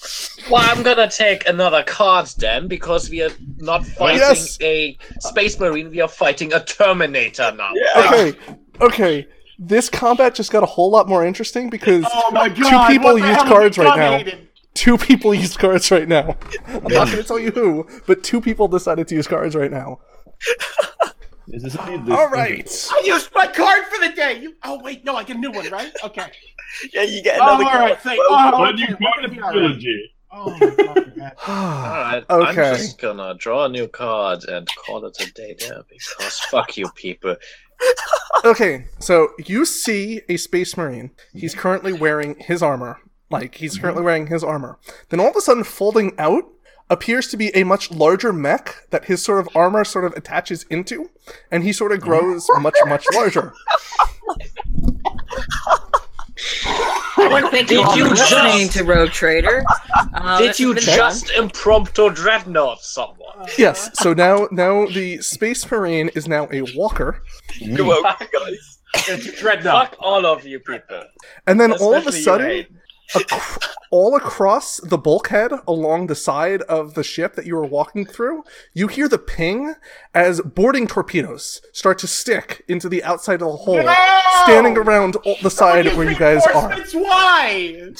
Speaker 6: Well, I'm gonna take another card then because we are not
Speaker 11: Oh,
Speaker 6: fighting
Speaker 5: Yes.
Speaker 6: a space marine. We are fighting a Terminator
Speaker 3: Oh,
Speaker 6: now.
Speaker 5: Okay, okay. This combat just got a whole lot more interesting because
Speaker 3: Oh my
Speaker 5: two
Speaker 3: God,
Speaker 5: people
Speaker 3: what the
Speaker 5: used
Speaker 3: hell
Speaker 5: cards
Speaker 3: have we
Speaker 5: right now.
Speaker 3: dominated?
Speaker 5: Two people used cards right now. I'm not going to tell you who, but two people decided to use cards right now.
Speaker 9: Is this indeed
Speaker 5: this- All right.
Speaker 3: I used my card for the day. You. Oh wait, no, I get a new one, right? Okay.
Speaker 11: yeah, you get
Speaker 3: Oh,
Speaker 11: another.
Speaker 3: all right, thank-
Speaker 11: Well,
Speaker 3: oh,
Speaker 11: when
Speaker 3: okay,
Speaker 11: you
Speaker 3: we're
Speaker 11: go
Speaker 3: gonna be all right.
Speaker 9: Trilogy.
Speaker 3: Oh
Speaker 6: Alright, I'm
Speaker 3: Okay.
Speaker 6: just gonna draw a new card and call it a day there because fuck you people.
Speaker 5: okay, so you see a space marine. He's currently wearing his armor. Like he's currently wearing his armor. Then all of a sudden, folding out appears to be a much larger mech that his sort of armor sort of attaches into, and he sort of grows much much larger.
Speaker 7: Thank
Speaker 6: Did
Speaker 7: you all
Speaker 6: you
Speaker 7: for listening
Speaker 6: just-
Speaker 7: to Rogue Trader. Uh,
Speaker 6: Did
Speaker 7: this
Speaker 6: you
Speaker 7: has been fun.
Speaker 6: just impromptu dreadnought someone?
Speaker 5: Yes. So now now the space marine is now a walker.
Speaker 6: guys. It's dreadnought. Fuck all of you people.
Speaker 5: And then all of a
Speaker 6: Especially you,
Speaker 5: sudden,
Speaker 6: Aiden.
Speaker 5: ac- all across the bulkhead along the side of the ship that you were walking through, you hear the ping as boarding torpedoes start to stick into the outside of the hole, standing around all- the side where you guys are.
Speaker 3: Reinforcements? Why?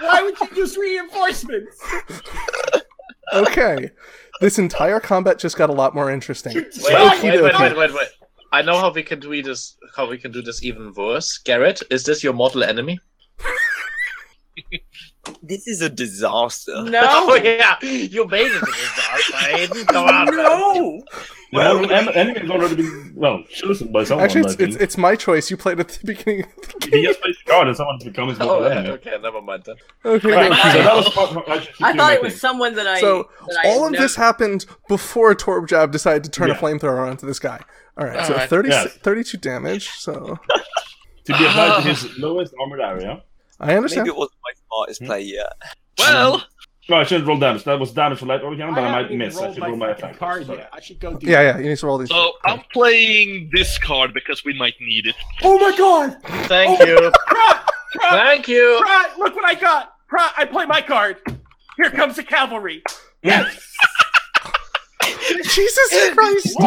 Speaker 3: Why would you use reinforcements?
Speaker 5: Okay. This entire combat just got a lot more interesting.
Speaker 6: Wait,
Speaker 5: Okie
Speaker 6: wait, wait,
Speaker 5: dokie.
Speaker 6: wait, wait, wait. I know how we can do this. How we can do this even worse, Garrett? Is this your mortal enemy?
Speaker 11: This is a disaster.
Speaker 3: Oh,
Speaker 6: No. yeah, you made it a disaster. Aiden. Come on,
Speaker 3: no.
Speaker 9: The mortal en- enemy has already been well chosen by someone.
Speaker 5: Actually, it's,
Speaker 9: I think.
Speaker 5: it's, it's my choice. You played at the beginning.
Speaker 9: he just plays the card and someone's become his mortal
Speaker 6: Oh, yeah,
Speaker 9: enemy.
Speaker 6: okay, never mind then.
Speaker 5: Okay.
Speaker 9: Right,
Speaker 5: okay.
Speaker 9: so that was part of my- I should keep
Speaker 7: I
Speaker 9: doing
Speaker 7: thought
Speaker 9: my
Speaker 7: it was
Speaker 9: thing.
Speaker 7: someone that I.
Speaker 5: So
Speaker 7: that I
Speaker 5: all of
Speaker 7: know-
Speaker 5: this happened before Torbjab decided to turn a
Speaker 9: Yeah.
Speaker 5: flamethrower onto this guy. All right, so
Speaker 9: Alright.
Speaker 5: 30,
Speaker 9: Yes.
Speaker 5: 32 damage. So
Speaker 9: to be applied to his lowest armored area.
Speaker 5: I understand.
Speaker 11: Maybe it wasn't my
Speaker 6: Hmm?
Speaker 11: smartest play yet.
Speaker 9: Well, no, I shouldn't roll damage. That was damage for light order cannon, but I, might miss. I
Speaker 3: rolled
Speaker 9: should
Speaker 3: my
Speaker 9: roll my
Speaker 3: fucking
Speaker 9: attack.
Speaker 3: card yet. I should go do.
Speaker 5: Yeah, yeah. You need to roll these.
Speaker 4: So I'm playing this card because we might need it.
Speaker 3: Oh my god!
Speaker 6: Thank you. Thank you.
Speaker 3: Prat, look what I got. Prat, I play my card. Here comes the cavalry.
Speaker 9: Yes.
Speaker 5: Jesus Christ!
Speaker 9: So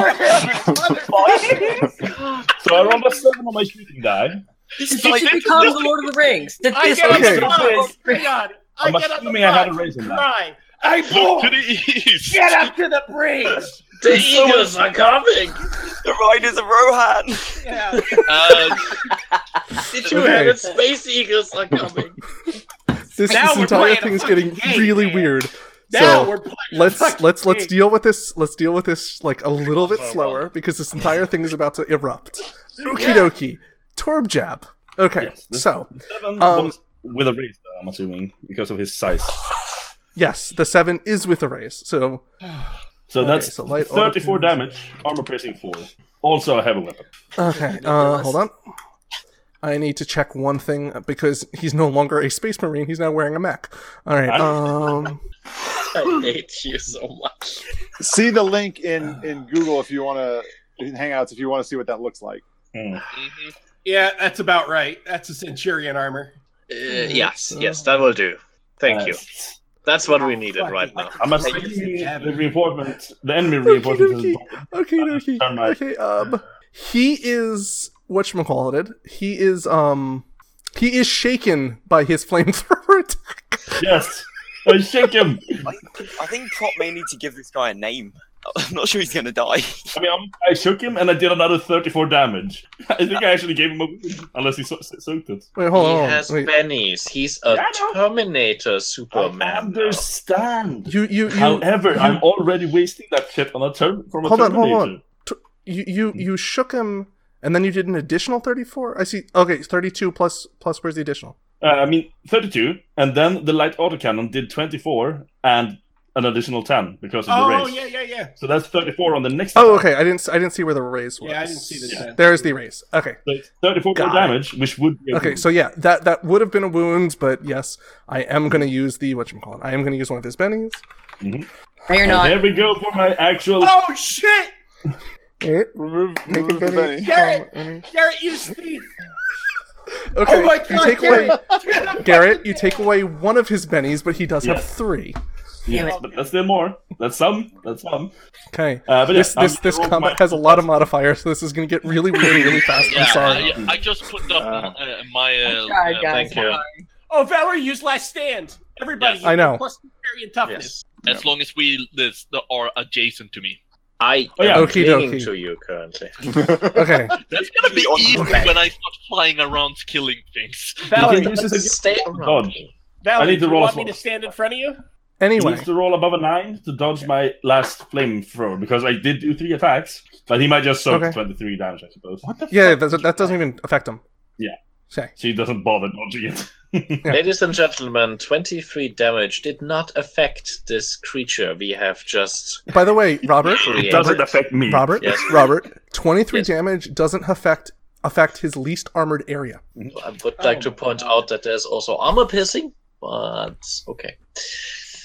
Speaker 9: I rolled a seven on my shooting die.
Speaker 7: This is like become the Lord of the Rings. This,
Speaker 3: I
Speaker 7: this
Speaker 3: get on
Speaker 7: is
Speaker 3: the
Speaker 7: quiz.
Speaker 3: front. Hang on. I
Speaker 9: I'm
Speaker 3: get on
Speaker 9: assuming
Speaker 3: the
Speaker 9: I had a
Speaker 3: front.
Speaker 9: raise in that.
Speaker 3: Cry. Hey, boy! Get up to the bridge.
Speaker 6: The eagles are coming.
Speaker 11: The riders of Rohan.
Speaker 3: Yeah.
Speaker 6: Um, Did
Speaker 5: you hear that?
Speaker 6: Space eagles are coming.
Speaker 5: This,
Speaker 6: Now
Speaker 5: this
Speaker 6: we're
Speaker 5: entire
Speaker 6: playing a
Speaker 5: thing's getting
Speaker 6: fucking game,
Speaker 5: really weird.
Speaker 6: Now
Speaker 5: so
Speaker 6: we're playing a
Speaker 5: let's
Speaker 6: fucking
Speaker 5: let's let's
Speaker 6: game.
Speaker 5: deal with this. Let's deal with this like a little bit slower because this entire thing is about to erupt. Okie dokie. Torbjab. Okay, so
Speaker 9: Seven
Speaker 5: um,
Speaker 9: was with a raise, though, I'm assuming, because of his size.
Speaker 5: yes, the seven is with a raise. So
Speaker 9: So
Speaker 5: Okay,
Speaker 9: that's
Speaker 5: so light order
Speaker 9: 34 damage, armor piercing 4. Also a heavy weapon.
Speaker 5: Okay, uh, hold on. I need to check one thing uh, because he's no longer a space marine. He's now wearing a mech. All right. Um,
Speaker 6: I hate you so much.
Speaker 10: See the link in in Google if you want to in Hangouts if you want to see what that looks like.
Speaker 9: Hmm.
Speaker 3: Yeah, that's about right. That's a Centurion armor. Oh,
Speaker 6: Uh, yes, yes, that will do. Thank you. That's what we needed right now.
Speaker 9: I'm assuming the reinforcement, the enemy reinforcement. is-
Speaker 5: Okay, okay, okay. Um, he is whatchamacallit. He is um, he is shaken by his flamethrower attack.
Speaker 9: Yes, I shake him.
Speaker 11: I, I think Prop may need to give this guy a name. I'm not sure he's gonna die.
Speaker 9: I mean, I'm, I shook him and I did another 34 damage. I think I actually gave him a wound, unless he so- so- soaked it.
Speaker 5: Wait,
Speaker 6: he has pennies. He's a Terminator Superman.
Speaker 9: understand.
Speaker 5: You, you, you,
Speaker 9: However, I'm already wasting that shit on a term from a
Speaker 5: hold on, hold
Speaker 9: Terminator.
Speaker 5: on. T- You you you shook him, and then you did an additional thirty-four. I see. Okay, thirty-two plus plus. Where's the additional?
Speaker 9: Uh, I mean, 32, and then the light autocannon did 24 and an additional 10 because of the
Speaker 5: Oh,
Speaker 9: raise.
Speaker 5: yeah, yeah, yeah.
Speaker 9: So that's 34 on the next.
Speaker 5: Oh, okay. I didn't. s- I didn't see where the raise was.
Speaker 9: Yeah, I didn't see the ten.
Speaker 5: There's the raise. Okay.
Speaker 9: So it's 34
Speaker 5: Got it.
Speaker 9: damage, which would be. a
Speaker 5: Okay,
Speaker 9: wound.
Speaker 5: so yeah, that that would have been a wound, but yes, I am going to use the whatchamacallit. I am going to use one of his bennies.
Speaker 7: No, Mm-hmm. you're
Speaker 9: And
Speaker 7: not.
Speaker 9: There we go for my actual.
Speaker 3: Oh shit!
Speaker 5: remove,
Speaker 3: remove the benny. Garrett, Garrett, you thief!
Speaker 5: Okay,
Speaker 3: oh my
Speaker 5: you
Speaker 3: god,
Speaker 5: take away-
Speaker 3: Garrett!
Speaker 5: Garrett, you take away one of his bennies, but he does have
Speaker 9: Yes.
Speaker 5: three.
Speaker 9: Yeah, but that's still more. That's some. That's some.
Speaker 5: Okay,
Speaker 9: Uh, but
Speaker 5: this
Speaker 9: yeah,
Speaker 5: this
Speaker 9: I'm-
Speaker 5: this
Speaker 9: I rolled
Speaker 5: combat
Speaker 9: my-
Speaker 5: has a lot of modifiers, so this is going to get really weird really fast.
Speaker 4: Yeah,
Speaker 5: I'm sorry.
Speaker 4: I, I just put up uh, my. Uh,
Speaker 3: sorry,
Speaker 4: uh,
Speaker 3: guys,
Speaker 4: thank you.
Speaker 3: Oh, Valerie used last stand. Everybody,
Speaker 4: Yes. I know.
Speaker 3: Plus Centurion toughness.
Speaker 4: As long as we this, the, are adjacent to me.
Speaker 6: I
Speaker 4: Oh, yeah.
Speaker 6: am
Speaker 4: Okie
Speaker 6: clinging
Speaker 4: dokie.
Speaker 6: to you currently.
Speaker 5: okay.
Speaker 4: That's gonna be easy when I start flying around killing things.
Speaker 3: Valerie,
Speaker 6: stay
Speaker 9: Dodge.
Speaker 3: Valerie,
Speaker 9: I need to
Speaker 3: do you
Speaker 9: roll a
Speaker 3: want me
Speaker 9: four.
Speaker 3: to stand in front of you?
Speaker 9: He needs to roll above a nine to dodge my last flamethrower because I did do three attacks, but he might just soak
Speaker 5: Okay.
Speaker 9: 23 damage, I suppose. What the
Speaker 5: Yeah, that, that doesn't even affect him.
Speaker 9: Yeah.
Speaker 5: Okay.
Speaker 9: So he doesn't bother dodging it.
Speaker 6: Ladies and gentlemen, 23 damage did not affect this creature we have just.
Speaker 5: By the way, Robert,
Speaker 6: It doesn't
Speaker 5: Robert-
Speaker 6: affect me.
Speaker 5: Robert,
Speaker 6: Yes.
Speaker 5: Robert, twenty-three damage doesn't affect affect his least armored area.
Speaker 6: I would like to point out that there's also armor piercing, but okay.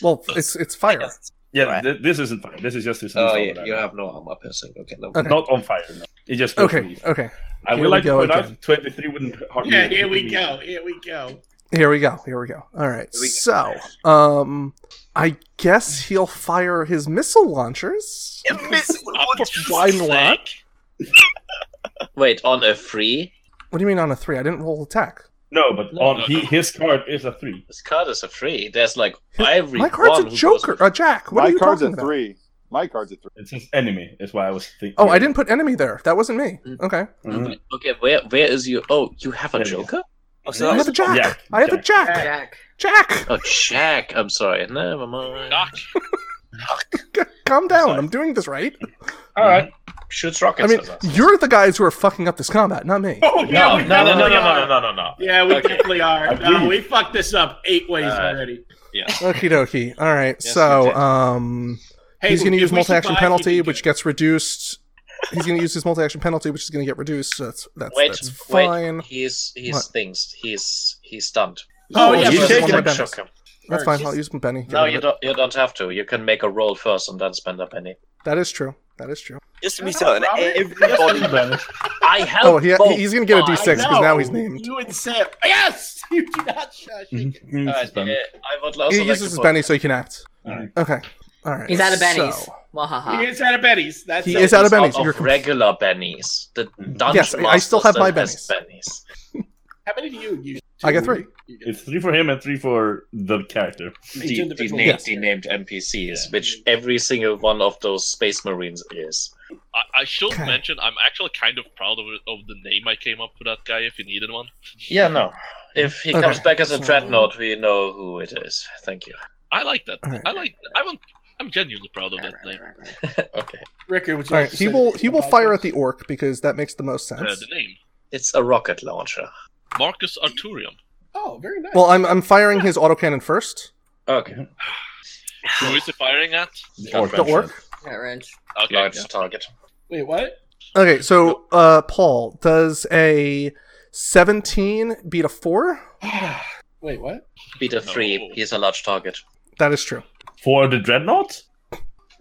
Speaker 5: Well, it's it's fire.
Speaker 9: Yeah, th- this isn't fire. This is just his.
Speaker 6: Oh,
Speaker 9: insult
Speaker 6: yeah,
Speaker 9: that
Speaker 6: you
Speaker 9: I-
Speaker 6: have no armor piercing. Okay, no.
Speaker 5: Okay.
Speaker 9: Not on fire. No. It just goes
Speaker 5: Okay,
Speaker 9: through you.
Speaker 5: okay.
Speaker 9: I
Speaker 5: Here
Speaker 9: would
Speaker 5: we
Speaker 9: like to
Speaker 5: go
Speaker 9: point
Speaker 5: again.
Speaker 9: out 23 wouldn't hurt
Speaker 3: Yeah,
Speaker 9: me.
Speaker 3: here we go. Here we go.
Speaker 5: Here we go. Here we go. All right. So, um, I guess he'll fire his missile launchers. Why not?
Speaker 6: Wait, on a free?
Speaker 5: What do you mean on a three? I didn't roll attack.
Speaker 9: No, but on he, his card is a three.
Speaker 6: His card is a three. There's like every
Speaker 5: My card's
Speaker 6: one
Speaker 5: a
Speaker 6: who
Speaker 5: joker, a jack. What
Speaker 10: My
Speaker 5: are you
Speaker 10: card's
Speaker 5: talking
Speaker 10: a
Speaker 5: about?
Speaker 10: three. My card's a three.
Speaker 9: It's his enemy. Is why I was thinking.
Speaker 5: Oh, I didn't put enemy there. That wasn't me.
Speaker 6: Mm-hmm.
Speaker 5: Okay.
Speaker 6: goes-
Speaker 10: Mm-hmm.
Speaker 6: Okay, Okay, where where is your? Oh, you have a joker.
Speaker 5: I have a jack. I have a jack.
Speaker 7: Jack.
Speaker 5: Jack.
Speaker 6: Oh, Jack. I'm sorry. Never mind.
Speaker 5: Calm down. I'm doing this right.
Speaker 6: All right. Shoots rockets.
Speaker 5: I mean,
Speaker 6: at us.
Speaker 5: you're the guys who are fucking up this combat, not me.
Speaker 3: Oh, yeah,
Speaker 6: no,
Speaker 3: we
Speaker 6: no, no, no, no,
Speaker 3: definitely
Speaker 6: no,
Speaker 3: are.
Speaker 6: no, no, no.
Speaker 3: Yeah, we definitely are. No,
Speaker 5: agree.
Speaker 3: we fucked this up eight ways
Speaker 6: Uh,
Speaker 3: already.
Speaker 6: Yeah.
Speaker 5: Okie dokie. All right.
Speaker 3: Yes, you
Speaker 5: so,
Speaker 3: did.
Speaker 5: um,
Speaker 3: Hey,
Speaker 5: he's going to
Speaker 3: if
Speaker 5: use
Speaker 3: we
Speaker 5: multi-action
Speaker 3: survive,
Speaker 5: penalty, which gets reduced. He's going to use his multi-action penalty, which is going to get reduced. So that's that's,
Speaker 6: wait,
Speaker 5: that's
Speaker 6: wait.
Speaker 5: fine.
Speaker 6: He's he's
Speaker 5: What?
Speaker 6: things. He's he's stunned.
Speaker 5: Oh, yeah,
Speaker 6: You
Speaker 5: but
Speaker 6: just
Speaker 5: one
Speaker 6: can
Speaker 5: of my
Speaker 6: shock
Speaker 5: bennies.
Speaker 6: him.
Speaker 5: That's fine. I'll use my Benny. Get
Speaker 6: No,
Speaker 5: rid of
Speaker 6: you
Speaker 5: it.
Speaker 6: don't. You don't have to. You can make a roll first and then spend a penny.
Speaker 5: That is true. That is true.
Speaker 11: Just to be certain,
Speaker 6: everybody. I help.
Speaker 5: Oh, he,
Speaker 6: both.
Speaker 5: he's going to get a d6 because now he's
Speaker 3: No,
Speaker 5: named.
Speaker 3: You and Sam. Yes! You do not shush.
Speaker 6: All right, uh, I would also
Speaker 5: He
Speaker 6: like to
Speaker 5: uses his
Speaker 6: put-
Speaker 5: Benny so he can act. Okay. All right.
Speaker 7: He's out of Benny's.
Speaker 5: So,
Speaker 7: Wahaha.
Speaker 3: He is out of Betty's. That's
Speaker 5: He
Speaker 3: it.
Speaker 5: is out of Bennies.
Speaker 6: Of
Speaker 5: You're com-
Speaker 6: regular bennies. The dungeon
Speaker 5: Yes, I- I still have my
Speaker 6: Master's that has
Speaker 3: How many do you use?
Speaker 5: I get three.
Speaker 9: It's three for him and three for the character.
Speaker 6: bennies. De-
Speaker 3: individual
Speaker 6: denamed,
Speaker 3: Yes.
Speaker 6: denamed NPCs, which every single one of those space marines is.
Speaker 4: I, I should mention I'm actually kind of proud of, of the name I came up for that guy. If you needed one,
Speaker 6: Yeah, no. If he
Speaker 4: Okay,
Speaker 6: comes back as a
Speaker 4: so-
Speaker 6: dreadnought, we know who it is. Thank you.
Speaker 4: I like that.
Speaker 6: Alright.
Speaker 4: I like. I
Speaker 6: Hmm.
Speaker 4: want. I'm genuinely proud of that name.
Speaker 6: okay.
Speaker 3: Ricker, would you
Speaker 5: All
Speaker 3: like
Speaker 5: right.
Speaker 3: to
Speaker 5: He
Speaker 3: say
Speaker 5: will
Speaker 3: something
Speaker 5: he will
Speaker 3: about
Speaker 5: fire
Speaker 3: this?
Speaker 5: at the orc because that makes the most
Speaker 4: Uh,
Speaker 5: sense.
Speaker 4: the name
Speaker 6: It's a rocket launcher.
Speaker 4: Marcus Arturium.
Speaker 3: Oh, very nice.
Speaker 5: Well, I'm I'm firing his autocannon first.
Speaker 6: Okay.
Speaker 4: Who is he firing at?
Speaker 5: The orc.
Speaker 7: Got wrench.
Speaker 4: Okay.
Speaker 6: Large target.
Speaker 3: Wait, what?
Speaker 5: Okay, so uh, Paul does a seventeen beat a four.
Speaker 3: Wait, what?
Speaker 6: Beat a three. He's a large target.
Speaker 5: That is true.
Speaker 9: For the dreadnought?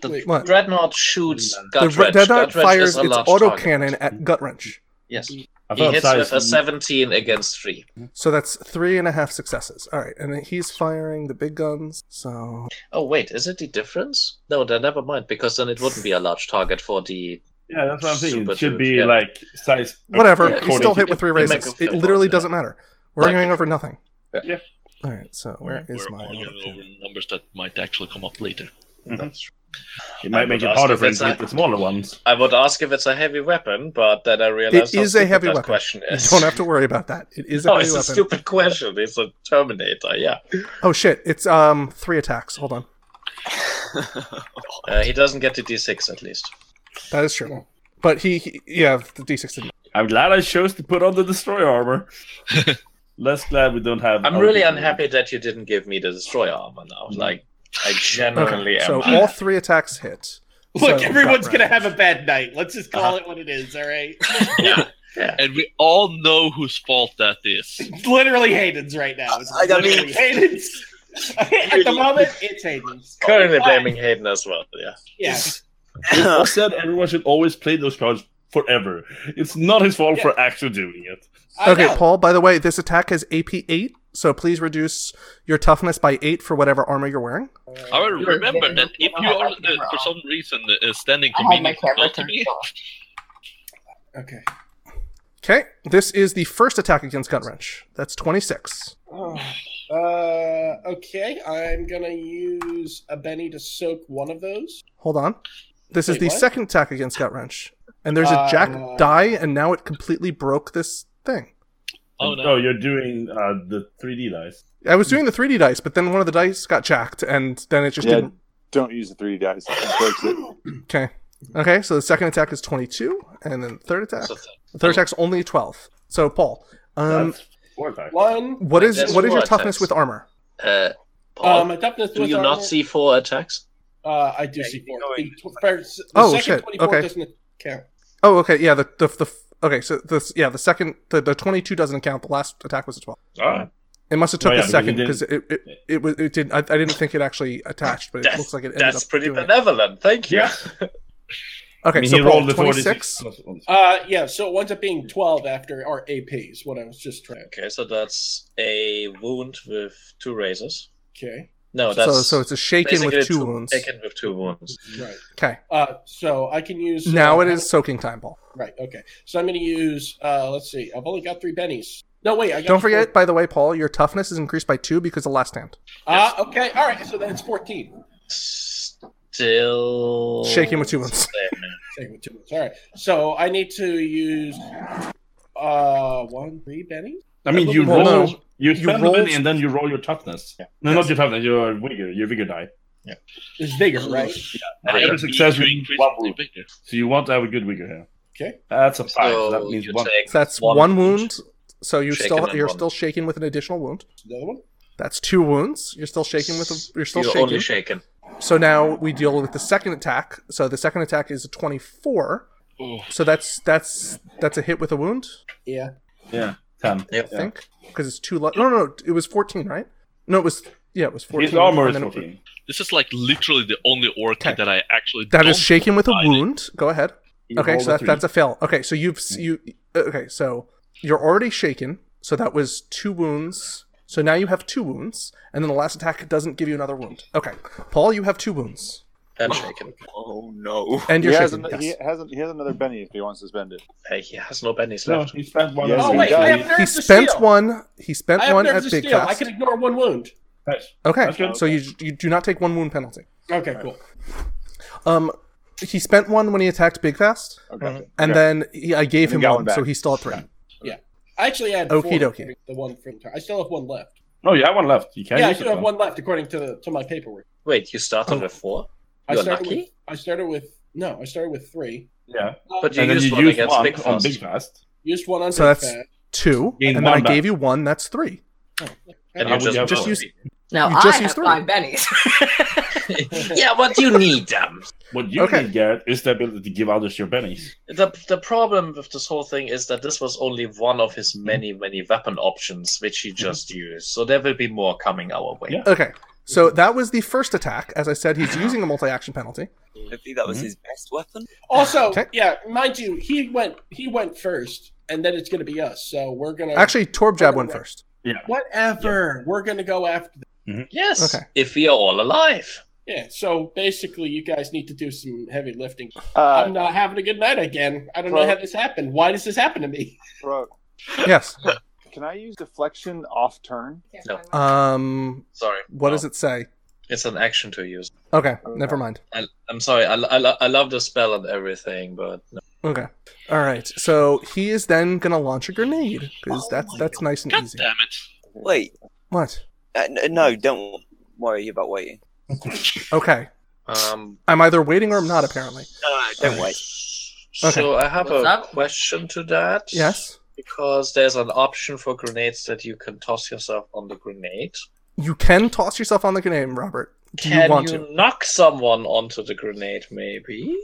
Speaker 6: The
Speaker 5: Wait, what?
Speaker 6: dreadnought shoots
Speaker 5: The
Speaker 6: gut
Speaker 5: re-
Speaker 6: wrench.
Speaker 5: Dreadnought
Speaker 6: gut wrench
Speaker 5: fires
Speaker 6: is a
Speaker 5: its
Speaker 6: large target.
Speaker 5: autocannon at gut wrench.
Speaker 6: Yes.
Speaker 3: Mm.
Speaker 5: I
Speaker 6: He
Speaker 5: thought
Speaker 6: hits
Speaker 5: size
Speaker 6: with a
Speaker 5: was-
Speaker 6: 17 against 3.
Speaker 5: So that's three and a half successes. All right, and then he's firing the big guns. So
Speaker 6: Oh, wait, is it the difference? No, then never mind, because then it wouldldn't be a large target for the.
Speaker 9: Yeah, that's what I'm thinking.
Speaker 6: Super
Speaker 9: It should
Speaker 6: dude,
Speaker 9: be
Speaker 6: yeah.
Speaker 9: like size.
Speaker 5: whatever,
Speaker 6: Yeah,
Speaker 5: you still hit with three
Speaker 6: it- it make
Speaker 5: raises.
Speaker 6: a
Speaker 5: It
Speaker 6: fail,
Speaker 5: literally doesn't matter. We're arguing over nothing.
Speaker 9: Yeah.
Speaker 5: All right, so where is
Speaker 4: We're
Speaker 5: my?
Speaker 4: arguing over numbers that might actually come up later.
Speaker 9: Mm-hmm. It
Speaker 6: I
Speaker 9: might make
Speaker 6: would
Speaker 9: it
Speaker 6: ask
Speaker 9: harder
Speaker 6: if
Speaker 9: for him
Speaker 6: it's
Speaker 9: to
Speaker 6: a-
Speaker 9: hit the smaller ones.
Speaker 6: I would ask if it's a heavy weapon, but then I realized
Speaker 5: It
Speaker 6: how
Speaker 5: is a
Speaker 6: stupid
Speaker 5: heavy
Speaker 6: that
Speaker 5: weapon.
Speaker 6: question is.
Speaker 5: You don't have to worry about that. It is a
Speaker 6: no,
Speaker 5: heavy
Speaker 6: Oh, it's a
Speaker 5: weapon.
Speaker 6: stupid question. It's a Terminator, yeah.
Speaker 5: Oh shit! It's um three attacks. Hold on,
Speaker 6: Uh, he doesn't get to d6 at least.
Speaker 5: that is true. But he, he yeah, the d6 didn't.
Speaker 9: I'm glad I chose to put on the destroyer armor. Less glad we don't have.
Speaker 6: I'm
Speaker 9: our
Speaker 6: really
Speaker 9: people.
Speaker 6: unhappy that you didn't give me the destroyer armor now.
Speaker 9: Mm.
Speaker 6: Like, I genuinely
Speaker 5: Okay,
Speaker 6: am.
Speaker 5: so
Speaker 6: mad.
Speaker 5: all three attacks hit.
Speaker 3: Look,
Speaker 5: So-
Speaker 3: everyone's
Speaker 5: Gut
Speaker 3: gonna have a bad night. Let's just call it what it is. All right.
Speaker 4: And we all know whose fault that is.
Speaker 7: Uh,
Speaker 3: Literally Hayden's right now. It's
Speaker 4: I- I mean-
Speaker 3: literally Hayden's. At the moment, it's Hayden's.
Speaker 6: Currently blaming Hayden as well, yeah.
Speaker 3: Yeah.
Speaker 9: We've all said everyone should always play those cards forever. It's not his fault for actually doing it.
Speaker 5: Okay, Paul, by the way, this attack has AP 8, so please reduce your toughness by 8 for whatever armor you're wearing.
Speaker 4: I will remember that if you are uh, for some reason uh, standing
Speaker 7: I had my
Speaker 4: conveniently
Speaker 7: camera
Speaker 4: close to me,
Speaker 3: Okay.
Speaker 5: Okay, this is the first attack against Gut Wrench. That's 26.
Speaker 3: Oh, uh, okay, I'm gonna use a Benny to soak one of those.
Speaker 5: Hold on. This is
Speaker 3: Wait,
Speaker 5: the
Speaker 3: what?
Speaker 5: second attack against Gut Wrench. And there's a jack
Speaker 3: Uh,
Speaker 5: die, and now it completely broke this thing.
Speaker 9: Oh no! you're doing uh, the 3D dice.
Speaker 5: I was doing the 3D dice, but then one of the dice got jacked, and then it just
Speaker 10: Yeah,
Speaker 5: didn't.
Speaker 10: Don't use the three dice. It breaks it.
Speaker 5: Okay. Okay, so the second attack is 22, and then the third attack.
Speaker 6: So-
Speaker 5: The third attack's only 12. So, Paul, um,
Speaker 3: One.
Speaker 5: what is
Speaker 6: That's
Speaker 5: what is your
Speaker 6: four
Speaker 5: toughness
Speaker 6: attacks.
Speaker 5: with armor?
Speaker 6: Uh, Paul,
Speaker 3: Um, my toughness
Speaker 6: do
Speaker 3: with
Speaker 6: you not
Speaker 3: armor-
Speaker 6: see four attacks?
Speaker 3: Uh, I do see four. The tw- first- the
Speaker 5: Oh,
Speaker 3: second
Speaker 5: shit,
Speaker 3: 24
Speaker 5: okay.
Speaker 3: doesn't count.
Speaker 5: Oh, okay. Yeah, the the, the okay. So the yeah, the second the, the twenty two doesn't count. The last attack was a twelve.
Speaker 9: Ah.
Speaker 5: It must have took
Speaker 9: Oh, yeah,
Speaker 5: a
Speaker 9: because
Speaker 5: second
Speaker 9: it
Speaker 5: because it it, it was it did. I, I didn't think it actually attached, but it
Speaker 6: That's,
Speaker 5: looks like it ended
Speaker 6: that's
Speaker 5: up
Speaker 6: pretty
Speaker 5: doing it.
Speaker 6: benevolent. Thank you.
Speaker 5: Okay,
Speaker 9: I mean,
Speaker 5: so
Speaker 9: he
Speaker 5: roll
Speaker 9: rolled the
Speaker 5: 26.
Speaker 9: 46.
Speaker 3: Uh, yeah, so it winds up being 12 after our AP is what I was just trying.
Speaker 6: Okay, so that's a wound with two razors.
Speaker 3: Okay.
Speaker 6: No,
Speaker 5: So-
Speaker 6: that's
Speaker 5: so it's a shaken with
Speaker 6: basically
Speaker 5: two
Speaker 6: two-
Speaker 5: wounds.
Speaker 6: Shaken with two wounds.
Speaker 3: Right.
Speaker 5: Okay,
Speaker 3: Uh, so I can use.
Speaker 5: now
Speaker 3: uh,
Speaker 5: it is soaking time, Paul.
Speaker 3: Right, okay. So I'm gonna use, uh, let's see, I've only got three Bennies. No, wait, I got.
Speaker 5: Don't forget, by the way, Paul, your toughness is increased by two because of last stand.
Speaker 3: Ah, okay, alright, so then it's 14.
Speaker 6: Still
Speaker 5: Shaken with two wounds.
Speaker 3: Take with two minutes. All right. So I need to use uh one three Benny.
Speaker 9: I mean, you
Speaker 5: Well,
Speaker 9: roll,
Speaker 5: no.
Speaker 9: you
Speaker 5: You
Speaker 9: spend the
Speaker 5: rolled-
Speaker 9: penny and then you roll your toughness. No, not your toughness. Your vigor, your vigor die.
Speaker 3: It's bigger, right?
Speaker 9: And
Speaker 4: Right.
Speaker 9: every success
Speaker 4: You
Speaker 9: you
Speaker 4: increase
Speaker 9: one
Speaker 4: the
Speaker 9: wound.
Speaker 4: vigor.
Speaker 9: So you want to have a good vigor here.
Speaker 3: Okay.
Speaker 9: That's a five. So
Speaker 6: So
Speaker 9: that means
Speaker 6: you
Speaker 9: one.
Speaker 6: take
Speaker 5: So that's one, wound. So you
Speaker 6: Shaken
Speaker 5: still
Speaker 6: and
Speaker 5: you're
Speaker 6: one.
Speaker 5: still shaken with an additional wound.
Speaker 3: Another one.
Speaker 5: That's two wounds. You're still shaken with a, you're still
Speaker 6: You're
Speaker 5: shaken.
Speaker 6: only shaken.
Speaker 5: So now we deal with the second attack. So the second attack is a twenty-four. So that's that's that's a hit with a wound,
Speaker 3: Yeah.
Speaker 9: Yeah, ten.
Speaker 6: Yep.
Speaker 5: I think, because it's too low. No, no, no, it was fourteen, right? No, it was yeah, it was fourteen.
Speaker 9: His armor
Speaker 5: and
Speaker 9: is
Speaker 5: then it-
Speaker 9: fourteen.
Speaker 4: This is like literally the only orc that I actually
Speaker 5: That
Speaker 4: don't
Speaker 5: is shaken with a
Speaker 4: find.
Speaker 5: wound. Go ahead.
Speaker 9: You
Speaker 5: Okay,
Speaker 9: roll
Speaker 5: so
Speaker 9: the
Speaker 5: that,
Speaker 9: three.
Speaker 5: that's a fail. Okay, so you've s- you uh, okay, so you're already shaken. So that was two wounds. So now you have two wounds, and then the last attack doesn't give you another wound. Okay, Paul, you have two wounds,
Speaker 6: And shaken.
Speaker 11: Oh no.
Speaker 5: and
Speaker 10: He
Speaker 5: you're
Speaker 10: has,
Speaker 5: shaken.
Speaker 10: an-
Speaker 5: yes.
Speaker 10: he, has, an- he has another Benny if he wants to spend it.
Speaker 6: Hey, he has no bennies
Speaker 9: No,
Speaker 6: left.
Speaker 9: he spent one.
Speaker 10: Yes,
Speaker 9: on
Speaker 3: Oh
Speaker 10: he
Speaker 9: the
Speaker 3: wait, I
Speaker 10: does.
Speaker 3: have
Speaker 9: guy.
Speaker 3: nerves
Speaker 5: he
Speaker 3: to
Speaker 5: spent
Speaker 3: steal.
Speaker 5: one. He spent
Speaker 3: I have
Speaker 5: one at
Speaker 3: nerves to
Speaker 5: big
Speaker 3: steal. I
Speaker 5: cast.
Speaker 3: can ignore one wound.
Speaker 9: Nice. That's
Speaker 5: Okay,
Speaker 9: good.
Speaker 5: so you you do not take one wound penalty.
Speaker 3: Okay, cool.
Speaker 5: Um, he spent one when he attacked Big Fast,
Speaker 9: Mm-hmm.
Speaker 10: Okay.
Speaker 5: and then he, I gave
Speaker 10: And he
Speaker 5: him
Speaker 10: got
Speaker 5: one,
Speaker 10: one back.
Speaker 5: so he's still at three.
Speaker 3: I actually had
Speaker 5: Okie
Speaker 3: four,
Speaker 5: dokie.
Speaker 3: the one from I still have one left.
Speaker 9: No, Oh, you have one left. You can
Speaker 3: yeah, I
Speaker 9: use
Speaker 3: still
Speaker 9: it
Speaker 3: have
Speaker 9: though.
Speaker 3: one left according to the, to my paperwork.
Speaker 6: Wait, you started
Speaker 5: Oh.
Speaker 6: with four?
Speaker 3: I
Speaker 6: You're
Speaker 3: started
Speaker 6: lucky?
Speaker 3: with I started with no, I started with three. Uh,
Speaker 9: Yeah,
Speaker 6: But you
Speaker 9: and then
Speaker 6: used
Speaker 9: you
Speaker 6: one
Speaker 9: use
Speaker 6: against
Speaker 9: one
Speaker 6: Big
Speaker 9: on
Speaker 6: Fast.
Speaker 9: big fast.
Speaker 3: Used one on
Speaker 5: So
Speaker 3: Big
Speaker 5: that's-
Speaker 3: Fat.
Speaker 5: Two, and
Speaker 9: Gain
Speaker 5: then I
Speaker 9: one back.
Speaker 5: gave you one. That's three.
Speaker 11: Oh,
Speaker 6: And
Speaker 9: I
Speaker 6: you
Speaker 9: would
Speaker 6: just,
Speaker 9: have
Speaker 6: just
Speaker 9: one.
Speaker 6: use.
Speaker 7: Now
Speaker 5: You just
Speaker 7: I
Speaker 5: used
Speaker 7: have
Speaker 5: three.
Speaker 7: five bennies.
Speaker 6: yeah, but you need them.
Speaker 9: What you
Speaker 5: Okay.
Speaker 9: need, Garrett, is the ability to give others your bennies.
Speaker 6: The the problem with this whole thing is that this was only one of his many many weapon options which he just used. So there will be more coming our way.
Speaker 9: Yeah.
Speaker 5: Okay, So that was the first attack. As I said, he's using a multi-action penalty.
Speaker 11: Hopefully that was
Speaker 5: Mhm.
Speaker 11: his best weapon.
Speaker 12: Also, yeah, mind you, he went he went first, and then it's going to be us. So we're going to
Speaker 5: Actually, Torb Jab went first.
Speaker 9: Yeah.
Speaker 12: Whatever. We're going to go after. Yes.
Speaker 5: Mm-hmm. Okay.
Speaker 6: If we are all alive.
Speaker 12: Yeah. So basically, you guys need to do some heavy lifting.
Speaker 10: Uh,
Speaker 12: I'm not having a good night again. I don't
Speaker 10: Well-
Speaker 12: know how this happened. Why does this happen to me?
Speaker 10: Bro,
Speaker 5: Yes.
Speaker 10: can I use deflection off turn?
Speaker 6: No.
Speaker 5: Um.
Speaker 6: Sorry. Oh.
Speaker 5: What
Speaker 6: no.
Speaker 5: does it say?
Speaker 6: It's an action to use.
Speaker 5: Okay. Never mind.
Speaker 6: I, I'm sorry. I, I, lo- I love the spell and everything, but no.
Speaker 5: Okay. All right. So he is then gonna launch a grenade because
Speaker 11: Oh
Speaker 5: that's that's nice and easy.
Speaker 11: Damn it! Wait,
Speaker 5: What?
Speaker 11: uh, n- no, don't worry about waiting.
Speaker 5: Okay.
Speaker 6: Um,
Speaker 5: I'm either waiting or I'm not. Apparently.
Speaker 11: No, Uh, don't wait.
Speaker 5: Okay.
Speaker 6: So I have
Speaker 5: What's
Speaker 6: a question to that.
Speaker 5: Yes.
Speaker 6: Because there's an option for grenades that you can toss yourself on the grenade.
Speaker 5: You can toss yourself on the grenade, Robert. Do
Speaker 6: Can
Speaker 5: you want to?
Speaker 6: knock someone onto the grenade, maybe?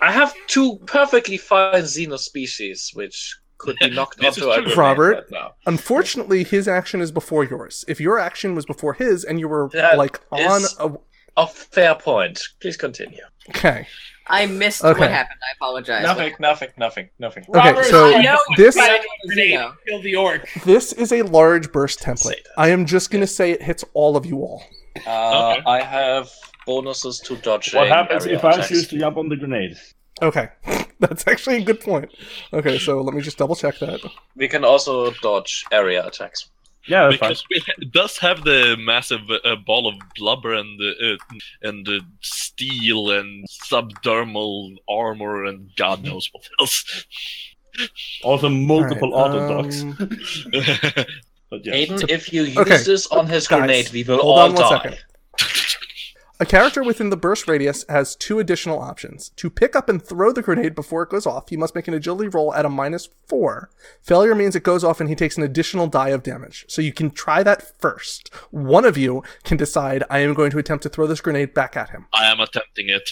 Speaker 6: I have two perfectly fine xeno species which could be knocked onto a grenade
Speaker 5: Robert,
Speaker 6: right now.
Speaker 5: unfortunately, his action is before yours. If your action was before his and you were
Speaker 6: That
Speaker 5: like on
Speaker 6: is-
Speaker 5: a
Speaker 6: A fair point. Please continue.
Speaker 5: okay,
Speaker 7: I missed
Speaker 5: Okay.
Speaker 7: what happened. I apologize.
Speaker 6: Nothing, nothing, nothing, nothing.
Speaker 5: Okay, so
Speaker 7: I know you
Speaker 5: this-
Speaker 7: tried to
Speaker 12: kill the orc.
Speaker 5: this is a large burst template. I am just gonna say it hits all of you all.
Speaker 6: Uh, I have bonuses to dodge.
Speaker 9: What happens if I choose to jump on the grenade?
Speaker 5: Okay, that's actually a good point. Okay, so let me just double check that.
Speaker 6: We can also dodge area attacks.
Speaker 9: Yeah,
Speaker 4: because we ha- does have the massive uh, ball of blubber and uh, uh, and uh, steel and subdermal armor and God knows what else.
Speaker 9: Also, multiple
Speaker 4: All right,
Speaker 9: auto
Speaker 4: um,
Speaker 9: dogs. But yes.
Speaker 6: Aiden, if you use
Speaker 5: Okay,
Speaker 6: this on his
Speaker 5: guys,
Speaker 6: grenade, we will
Speaker 5: hold
Speaker 6: all
Speaker 5: on one
Speaker 6: die.
Speaker 5: second. A character within the burst radius has two additional options. To pick up and throw the grenade before it goes off, he must make an agility roll at a minus four. Failure means it goes off and he takes an additional die of damage. So you can try that first. One of you can decide, I am going to attempt to throw this grenade back at him.
Speaker 4: I am attempting it.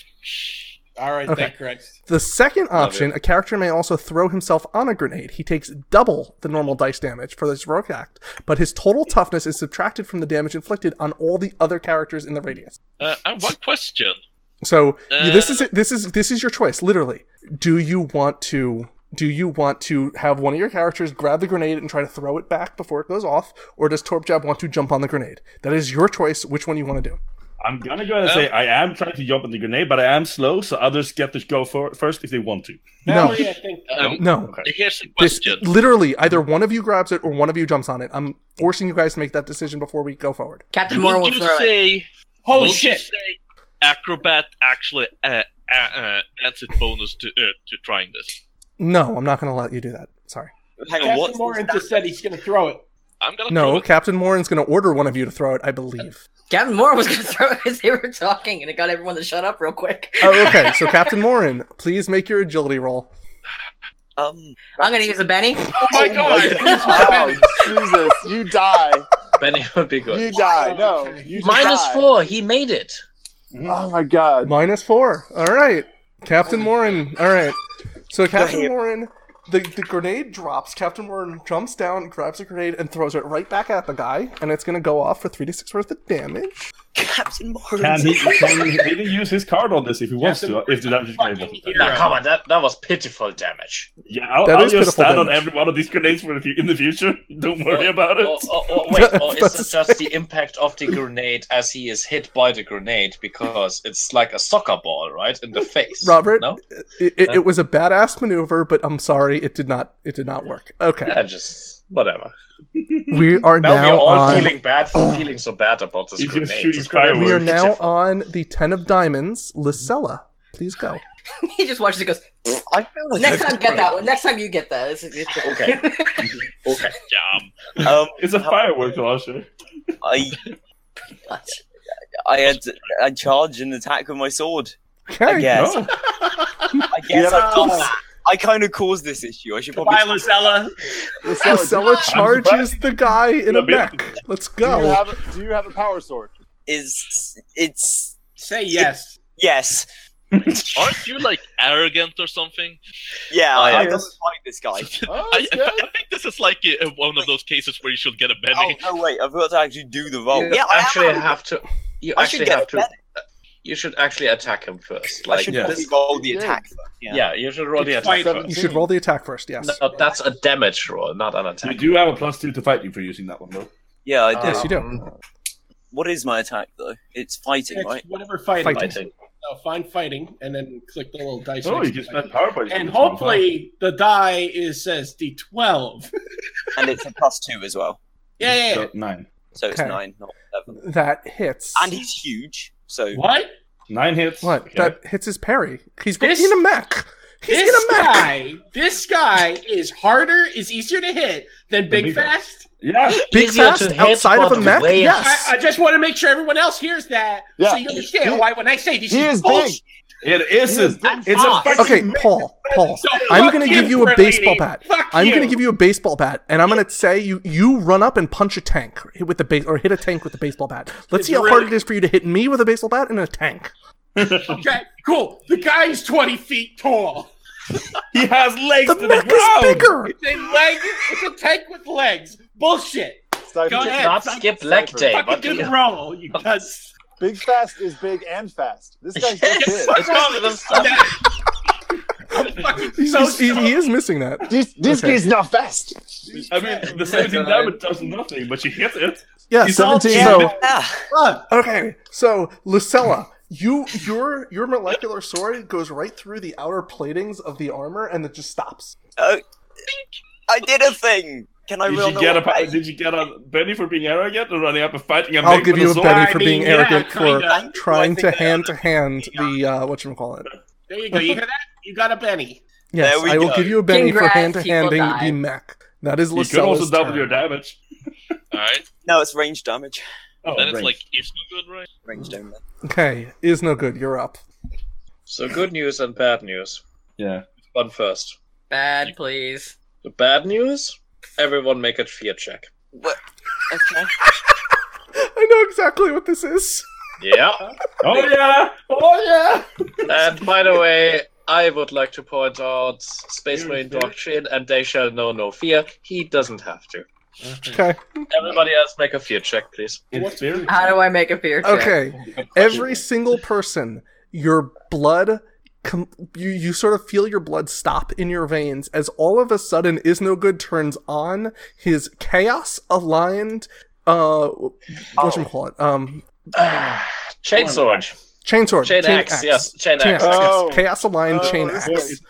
Speaker 12: All right,
Speaker 5: Okay.
Speaker 12: thank Christ.
Speaker 5: The second
Speaker 4: Love
Speaker 5: option,
Speaker 4: it.
Speaker 5: a character may also throw himself on a grenade. He takes double the normal dice damage for this heroic act, but his total toughness is subtracted from the damage inflicted on all the other characters in the radius.
Speaker 4: Uh, I have one question.
Speaker 5: So you- this
Speaker 4: Uh,
Speaker 5: is this is this is your choice. Literally, do you want to do you want to have one of your characters grab the grenade and try to throw it back before it goes off, or does Torpjab want to jump on the grenade? That is your choice. Which one you want to do?
Speaker 9: I'm gonna go ahead and say
Speaker 4: Um,
Speaker 9: I am trying to jump on the grenade, but I am slow, so others get to go for- first if they want to.
Speaker 5: No.
Speaker 12: Valerie, I think. uh,
Speaker 5: no.
Speaker 4: Um, Here's the
Speaker 5: This
Speaker 4: question.
Speaker 5: literally either one of you grabs it or one of you jumps on it. I'm forcing you guys to make that decision before we go forward.
Speaker 7: Captain
Speaker 4: Would you say?
Speaker 12: Holy
Speaker 4: would you
Speaker 12: shit.
Speaker 4: say acrobat actually uh, uh, uh, adds a bonus to uh, to trying this.
Speaker 5: No, I'm not going to let you do that. Sorry.
Speaker 11: Hang
Speaker 12: on, Captain Morin just said he's going to throw it.
Speaker 4: I'm going
Speaker 5: No, Captain Morin's going to order one of you to throw it, I believe.
Speaker 7: Captain Moore was going to throw it as they were talking, and it got everyone to shut up real quick.
Speaker 5: oh, okay. So Captain Morin, please make your agility roll.
Speaker 11: Um,
Speaker 7: I'm going to use a Benny. Oh
Speaker 12: my
Speaker 10: Oh, Jesus, you die.
Speaker 6: Benny would be good.
Speaker 10: You die. No. You just
Speaker 6: Minus
Speaker 10: die.
Speaker 6: four. He made it.
Speaker 10: Oh my god.
Speaker 5: Minus four. All right. Captain Morin. All right. So Captain
Speaker 10: Damn.
Speaker 5: Morin, the, the grenade drops. Captain Morin jumps down, grabs a grenade, and throws it right back at the guy, and it's going to go off for 3d6 worth of damage.
Speaker 11: Captain Morin.
Speaker 9: Can he, can he can he use his card on this if he wants to? If the damage grenade wasn't there.
Speaker 6: No, come on. That, that was pitiful damage.
Speaker 9: Yeah, I'll,
Speaker 5: That
Speaker 9: I'll
Speaker 5: is
Speaker 9: just
Speaker 5: pitiful
Speaker 9: stand on
Speaker 5: damage.
Speaker 9: every one of these grenades for the fu- in the future. Don't
Speaker 6: Oh,
Speaker 9: worry about it.
Speaker 6: Or, or, or, wait, or is it just the impact of the grenade as he is hit by the grenade? Because it's like a soccer ball, right? In the face.
Speaker 5: Robert,
Speaker 6: No?
Speaker 5: it, it, it was a badass maneuver, but I'm sorry, it did not it did not work. Okay.
Speaker 6: Yeah, just whatever.
Speaker 5: We are
Speaker 6: Now,
Speaker 5: now
Speaker 6: we're all
Speaker 5: on- Oh.
Speaker 6: feeling bad for feeling so bad about this
Speaker 9: He's Mhm. just
Speaker 6: grenade.
Speaker 9: shooting
Speaker 6: This grenade
Speaker 5: We
Speaker 6: was
Speaker 5: are now
Speaker 6: pitiful.
Speaker 5: on the Ten of Diamonds. Lysella, please go.
Speaker 7: he just watches it goes,
Speaker 11: I feel
Speaker 5: like
Speaker 7: Next
Speaker 5: I've
Speaker 7: time, get
Speaker 5: tried.
Speaker 7: that one. Next time, you get that. This is- it's-
Speaker 6: Okay. oh, Okay.
Speaker 11: Um,
Speaker 9: it's a firework launcher.
Speaker 11: I, I had I charge and attack with my sword. I guess.
Speaker 9: no.
Speaker 11: I guess
Speaker 9: Yeah.
Speaker 11: I, caused, I kind of caused this issue. I should probably.
Speaker 12: Bye, Lucella.
Speaker 5: Lysella charges the guy in a
Speaker 11: I'm surprised.
Speaker 5: mech. Let's
Speaker 10: Do you
Speaker 5: go.
Speaker 10: have, do you have a power sword?
Speaker 11: Is it's
Speaker 12: Say yes.
Speaker 11: yes.
Speaker 4: Aren't you like arrogant or something?
Speaker 6: Oh,
Speaker 11: Yeah, I,
Speaker 4: I
Speaker 11: I
Speaker 4: am.
Speaker 11: don't like this guy. Oh,
Speaker 4: I, I, I think this is like uh, one of those cases where you should get a
Speaker 11: oh
Speaker 4: Benny.
Speaker 11: no, wait, I've got to actually do the role.
Speaker 6: You
Speaker 11: yeah, I
Speaker 6: actually
Speaker 11: am.
Speaker 6: have to. You
Speaker 11: I should
Speaker 6: actually
Speaker 11: get
Speaker 6: have to.
Speaker 11: better.
Speaker 6: You should actually attack him first.
Speaker 11: I
Speaker 6: Like
Speaker 11: should probably
Speaker 6: this-
Speaker 11: roll the attack. first,
Speaker 6: Yeah. you should roll the attack
Speaker 5: You
Speaker 6: first.
Speaker 5: should roll the attack first, yes.
Speaker 6: No, that's a damage roll, not an attack.
Speaker 9: You do have a plus two to fighting for using that one, though.
Speaker 11: Yeah, I do.
Speaker 5: Yes, you
Speaker 6: Um,
Speaker 5: do.
Speaker 11: What is my attack though? It's fighting,
Speaker 12: It's
Speaker 11: right?
Speaker 12: whatever fighting.
Speaker 11: Fighting.
Speaker 12: So find fighting, and then click the little dice.
Speaker 11: Oh,
Speaker 12: next
Speaker 11: you
Speaker 12: to
Speaker 11: just
Speaker 12: fighting.
Speaker 11: spent power points
Speaker 12: And
Speaker 11: for this one,
Speaker 12: hopefully the die is says D12.
Speaker 11: and it's a plus two as well.
Speaker 12: Yeah, yeah, yeah.
Speaker 9: nine.
Speaker 11: So it's
Speaker 5: Okay.
Speaker 11: nine, not eleven.
Speaker 5: That hits.
Speaker 11: And he's huge. So
Speaker 12: what?
Speaker 9: Nine hits.
Speaker 5: What? That hits his parry. He's
Speaker 12: This-
Speaker 5: in a mech. He's in
Speaker 12: this
Speaker 5: a mech.
Speaker 12: guy, this guy is harder, is easier to hit than Big
Speaker 5: Big
Speaker 12: Fast.
Speaker 9: Yeah.
Speaker 5: Big
Speaker 12: Easier
Speaker 5: fast
Speaker 12: to hit,
Speaker 5: outside of
Speaker 12: but
Speaker 5: a mech.
Speaker 12: way-
Speaker 5: Yes.
Speaker 12: I, I just want to make sure everyone else hears that,
Speaker 5: Yeah.
Speaker 12: so you understand why when I say this,
Speaker 5: He
Speaker 12: is
Speaker 5: is big.
Speaker 12: bullshit.
Speaker 9: It isn't.
Speaker 5: It's a okay, Paul. Paul, I'm
Speaker 12: fuck
Speaker 5: gonna
Speaker 12: you,
Speaker 5: give you a
Speaker 12: Brady.
Speaker 5: baseball bat.
Speaker 12: Fuck
Speaker 5: I'm
Speaker 12: you.
Speaker 5: gonna give you a baseball bat, and I'm gonna say you you run up and punch a tank with the base or hit a tank with the baseball bat. Let's
Speaker 12: It's
Speaker 5: see how hard
Speaker 12: really-
Speaker 5: it is for you to hit me with a baseball bat and a tank.
Speaker 12: Okay, cool. The guy's 20 feet tall.
Speaker 9: he has legs.
Speaker 12: The mech is bigger. It's a leg. It's a tank with legs. Bullshit. Go
Speaker 10: Did
Speaker 12: ahead.
Speaker 10: not
Speaker 12: Fucking-
Speaker 10: skip leg day,
Speaker 12: Fucking
Speaker 10: but-
Speaker 12: do the roll, you cuss.
Speaker 10: Big fast is big and fast. This guy's
Speaker 12: Yes,
Speaker 10: so
Speaker 12: fuck
Speaker 10: big.
Speaker 12: off.
Speaker 5: He's- he's- he, is missing that.
Speaker 10: This, this
Speaker 5: Okay.
Speaker 10: guy's not fast.
Speaker 9: I mean, the 17 damage does nothing, but you hit it.
Speaker 5: Yeah,
Speaker 9: He's all
Speaker 5: seventeen.
Speaker 9: jammed.
Speaker 5: So, okay, so Lucella, you your your molecular sword goes right through the outer platings of the armor, and it just stops.
Speaker 11: Oh, I did a thing. Can I
Speaker 9: Did
Speaker 11: roll
Speaker 9: you, get
Speaker 11: another
Speaker 9: a,
Speaker 11: way?
Speaker 9: did you get a Benny for being arrogant and running up and fighting a
Speaker 5: I'll
Speaker 9: mech
Speaker 5: give
Speaker 9: with
Speaker 5: you a
Speaker 9: sword?
Speaker 5: Benny for being arrogant for trying to hand to hand the uh, what call it.
Speaker 12: There you go. You hear that? You got a Benny.
Speaker 5: Yes,
Speaker 12: There we
Speaker 5: I will
Speaker 12: go.
Speaker 5: give you a Benny for
Speaker 12: Congrats,
Speaker 5: hand to handing
Speaker 12: people die.
Speaker 5: the mech. That is
Speaker 9: You could
Speaker 5: Lucella's
Speaker 9: also double
Speaker 5: turn.
Speaker 9: your damage.
Speaker 4: Alright.
Speaker 11: No, it's range damage.
Speaker 9: Oh,
Speaker 4: then it's like it's no good, right?
Speaker 11: Range damage.
Speaker 5: Okay, is no good. You're up.
Speaker 6: So good news and bad news.
Speaker 9: Yeah.
Speaker 6: One first.
Speaker 7: Bad, please.
Speaker 6: The bad news: everyone make a fear check.
Speaker 11: What? Okay.
Speaker 5: I know exactly what this is.
Speaker 6: Yeah.
Speaker 9: oh yeah. Oh
Speaker 6: And by the way, I would like to point out Space Marine Dog Chin, and they shall know no fear. He doesn't have to.
Speaker 5: Okay.
Speaker 6: Everybody else, make a fear check, please.
Speaker 7: How do I make a fear check?
Speaker 5: Okay. Every single person, your blood, com- you you sort of feel your blood stop in your veins as all of a sudden is no good turns on his chaos aligned uh what call it um
Speaker 6: Chainsword.
Speaker 5: chainsword
Speaker 6: Chain axe, yes, chain axe. Oh.
Speaker 5: yes. chaos aligned
Speaker 6: Oh,
Speaker 5: chain
Speaker 6: this
Speaker 5: axe.
Speaker 6: is-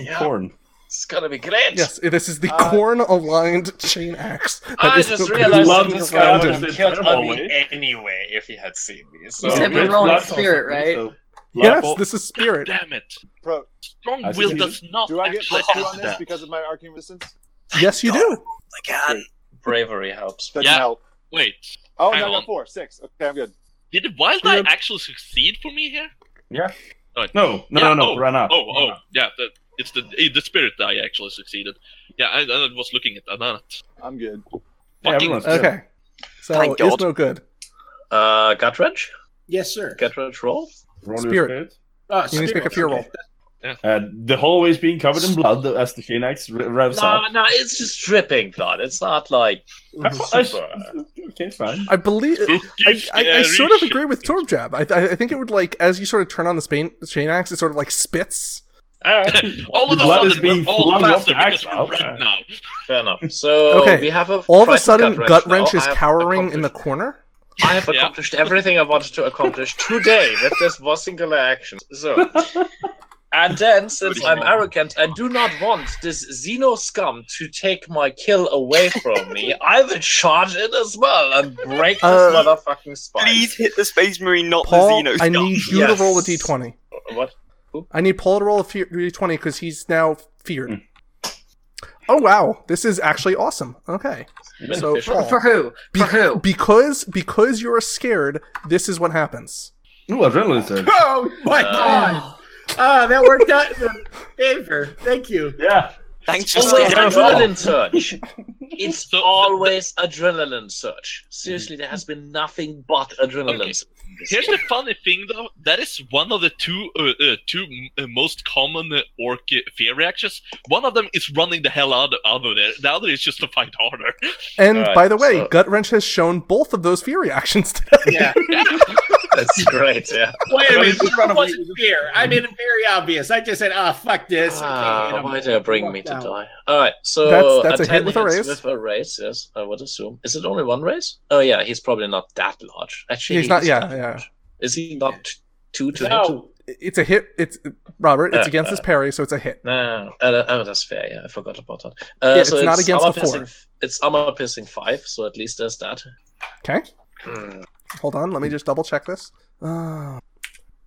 Speaker 9: yeah. Corn.
Speaker 6: It's gonna be great.
Speaker 5: Yes, this is
Speaker 6: Uh,
Speaker 5: the corn aligned chain axe. that
Speaker 6: I
Speaker 5: is
Speaker 6: just
Speaker 5: no good
Speaker 6: realized
Speaker 5: around
Speaker 6: this guy
Speaker 5: him.
Speaker 6: would have killed Abby anyway if he had seen me. So
Speaker 5: Except
Speaker 6: It's
Speaker 5: we're rolling
Speaker 6: blood-
Speaker 5: spirit, right?
Speaker 6: so-
Speaker 5: Yes, this is spirit.
Speaker 4: Damn it.
Speaker 10: Bro,
Speaker 4: Strong
Speaker 10: I
Speaker 4: will
Speaker 10: see.
Speaker 4: does not
Speaker 10: Do I get
Speaker 4: actually
Speaker 10: plus two on
Speaker 4: do
Speaker 10: this
Speaker 4: that.
Speaker 10: because of my arcane resistance?
Speaker 5: Yes, you do.
Speaker 6: Bravery helps.
Speaker 10: Doesn't help.
Speaker 4: Wait.
Speaker 10: Oh,
Speaker 4: hang
Speaker 10: no, I
Speaker 4: on.
Speaker 10: got four, six. Okay, I'm good.
Speaker 4: Did the wild die actually succeed for me here?
Speaker 9: Yeah.
Speaker 4: No,
Speaker 9: no, no,
Speaker 4: Yeah,
Speaker 9: no,
Speaker 4: oh,
Speaker 9: run up.
Speaker 4: Oh, oh, yeah. That, it's the eh, the spirit die actually succeeded. Yeah, I, I was looking at that.
Speaker 10: I'm good.
Speaker 9: Yeah, everyone's good.
Speaker 5: Okay. So it's
Speaker 6: Thank God.
Speaker 5: no good.
Speaker 6: Uh, gut wrench?
Speaker 12: Yes, sir.
Speaker 6: Gut wrench roll?
Speaker 9: Roll your
Speaker 5: Spirit.
Speaker 9: spirit.
Speaker 6: Ah,
Speaker 12: Oh,
Speaker 5: You need to make a fear roll.
Speaker 9: Uh, the hallway's being covered in blood as the chain axe re- revs
Speaker 6: No,
Speaker 9: up.
Speaker 6: no, it's just dripping blood. It's not like.
Speaker 9: I-
Speaker 6: super.
Speaker 9: Okay, fine.
Speaker 5: I believe I, I, I
Speaker 9: scary
Speaker 5: sort of agree with Torb Jab. I, I, I think it would like as you sort of turn on the spain, chain axe, it sort of like spits.
Speaker 4: all of a
Speaker 5: Blood
Speaker 4: sudden,
Speaker 5: is being
Speaker 4: we're all
Speaker 5: flung off
Speaker 4: faster
Speaker 5: the axe
Speaker 4: because we're red now.
Speaker 6: Fair enough. So
Speaker 5: okay,
Speaker 6: we have a
Speaker 5: all of a
Speaker 6: pressed
Speaker 5: sudden, gut wrench
Speaker 6: now.
Speaker 5: is
Speaker 6: I have,
Speaker 5: cowering in the corner.
Speaker 6: I have accomplished everything I wanted to accomplish today with this one singular action. So, and then since I'm arrogant and do not want this Xeno scum to take my kill away from me, I will charge it as well and break this
Speaker 5: Uh,
Speaker 6: motherfucking spine.
Speaker 11: Please hit the space marine, not
Speaker 5: Paul,
Speaker 11: the Xeno.
Speaker 5: I need you
Speaker 11: Yes.
Speaker 5: to roll a d20.
Speaker 6: What?
Speaker 5: I need Paul to roll a fear, d20 because he's now feared. Oh wow, this is actually awesome. Okay,
Speaker 7: You've
Speaker 5: so
Speaker 7: been
Speaker 5: Paul,
Speaker 7: For who?
Speaker 5: For who? Because because you're scared, this is what happens.
Speaker 9: Ooh, adrenaline surge.
Speaker 12: Oh my god! Ah, that worked out in your favor. Thank you.
Speaker 9: Yeah.
Speaker 11: Thanks
Speaker 3: Oh,
Speaker 6: Always adrenaline surge. It's always adrenaline surge. Seriously, there has been nothing but adrenaline surge.
Speaker 4: Here's the funny thing, though. That is one of the two uh, uh, two m- uh, most common uh, orc uh, fear reactions. One of them is running the hell out of, out of there. The other is just to fight harder.
Speaker 5: And by the way, Gut Wrench has shown both of those fury actions today.
Speaker 6: That's great. Yeah.
Speaker 3: Wait a minute, this wasn't fair. I made it very obvious. I just said, "Ah, fuck this."
Speaker 6: Ah, why did it bring me to
Speaker 3: out.
Speaker 6: die? All right, so
Speaker 3: That's- that's a hit with a
Speaker 6: attending it's
Speaker 3: raise.
Speaker 6: With a race, yes, I would assume. Is it only one race? Oh yeah, he's probably not that large. Actually,
Speaker 5: He's not.
Speaker 6: not-
Speaker 5: Yeah, yeah.
Speaker 6: Is he not t- two to hit?
Speaker 5: It's a hit. It's Robert. It's
Speaker 6: Uh,
Speaker 5: against his
Speaker 6: uh,
Speaker 5: parry, so it's a hit.
Speaker 6: No, uh, oh, that's fair. Yeah, I forgot about that.
Speaker 5: Yeah,
Speaker 6: Uh,
Speaker 5: it's
Speaker 6: so
Speaker 5: not against
Speaker 6: armor
Speaker 5: the four.
Speaker 6: piercing- It's armor piercing five, so at least there's that.
Speaker 5: Okay.
Speaker 6: Hmm.
Speaker 5: Hold on. Let me just double check this. Uh,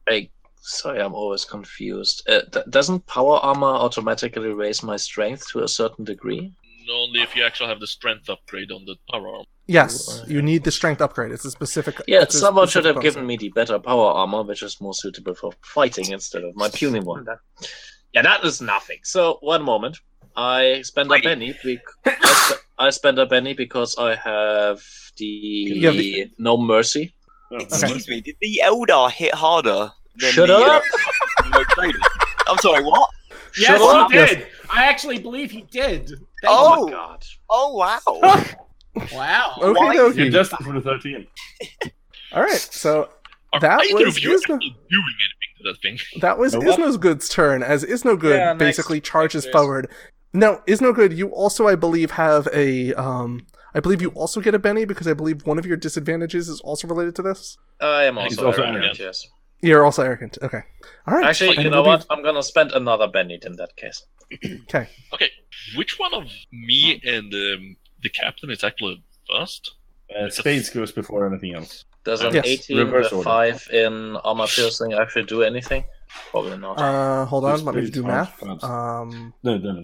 Speaker 6: I, sorry, I'm always confused. Uh, th- doesn't power armor automatically raise my strength to a certain degree?
Speaker 4: Only if you actually have the strength upgrade on the power arm.
Speaker 5: yes, you need the strength upgrade. It's a specific.
Speaker 6: Yeah,
Speaker 5: it's a
Speaker 6: someone should
Speaker 5: specific
Speaker 6: have
Speaker 5: bonus.
Speaker 6: given me the better power armor, which is more suitable for fighting instead of my puny one. Yeah, that is nothing. So one moment, I spend a penny. Bec- I, sp- I spend a penny because I have the,
Speaker 11: You have the-
Speaker 6: no mercy.
Speaker 4: Oh,
Speaker 11: Excuse me, did the Eldar hit harder than
Speaker 6: Shut
Speaker 11: the,
Speaker 6: up!
Speaker 11: uh, remote trader? I'm sorry, what?
Speaker 3: Yes,
Speaker 11: Shut up.
Speaker 3: he did. I actually believe he did. Thank
Speaker 11: Oh.
Speaker 3: you.
Speaker 11: my God. Oh, wow.
Speaker 3: wow.
Speaker 5: Okay,
Speaker 3: Why-
Speaker 5: dokie.
Speaker 9: You're destined for the 13.
Speaker 5: All right. So that
Speaker 4: Either
Speaker 5: was
Speaker 4: of you
Speaker 5: Isna,
Speaker 4: actually doing anything to that thing.
Speaker 5: that was Isnogood's turn as Isnogood
Speaker 4: Yeah, next-
Speaker 5: basically charges forward. Now, Isnogood, you also, I believe, have a. Um, I believe you also get a Benny because I believe one of your disadvantages is also related to this.
Speaker 6: I am
Speaker 5: He's
Speaker 6: also,
Speaker 5: also
Speaker 6: arrogant.
Speaker 5: arrogant.
Speaker 6: Yes.
Speaker 5: You're also arrogant. Okay. All right.
Speaker 6: Actually, you
Speaker 5: And
Speaker 6: know
Speaker 5: we'll
Speaker 6: what? I'm gonna spend another Bennett in that case.
Speaker 5: be- Okay.
Speaker 4: Okay, which one of me and um, the captain is actually first?
Speaker 9: Uh, spades goes before anything else.
Speaker 6: Does an 18
Speaker 9: Reverse order.
Speaker 6: with 5 in armor piercing actually do anything? Probably not.
Speaker 5: Uh, hold on.
Speaker 6: It's
Speaker 5: Let me
Speaker 6: pretty
Speaker 5: do
Speaker 6: hard,
Speaker 5: math.
Speaker 6: perhaps.
Speaker 5: Um,
Speaker 9: No, no, no.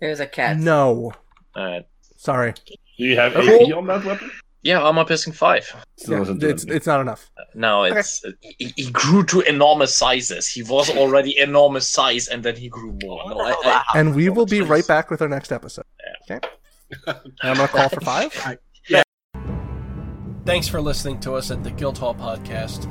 Speaker 7: There's a cat.
Speaker 5: no.
Speaker 6: All right.
Speaker 5: Sorry.
Speaker 9: Do you have
Speaker 5: Okay.
Speaker 9: AP on that weapon?
Speaker 6: Yeah, armor piercing 5.
Speaker 5: Yeah, it's, it's not enough.
Speaker 6: No, it's he, he grew to enormous sizes. He was already enormous size, and then he grew more. No, I, I-
Speaker 5: And we will be right back with our next episode. Okay. And I'm going to call for five.
Speaker 12: Thanks for listening to us at the Guildhall Podcast.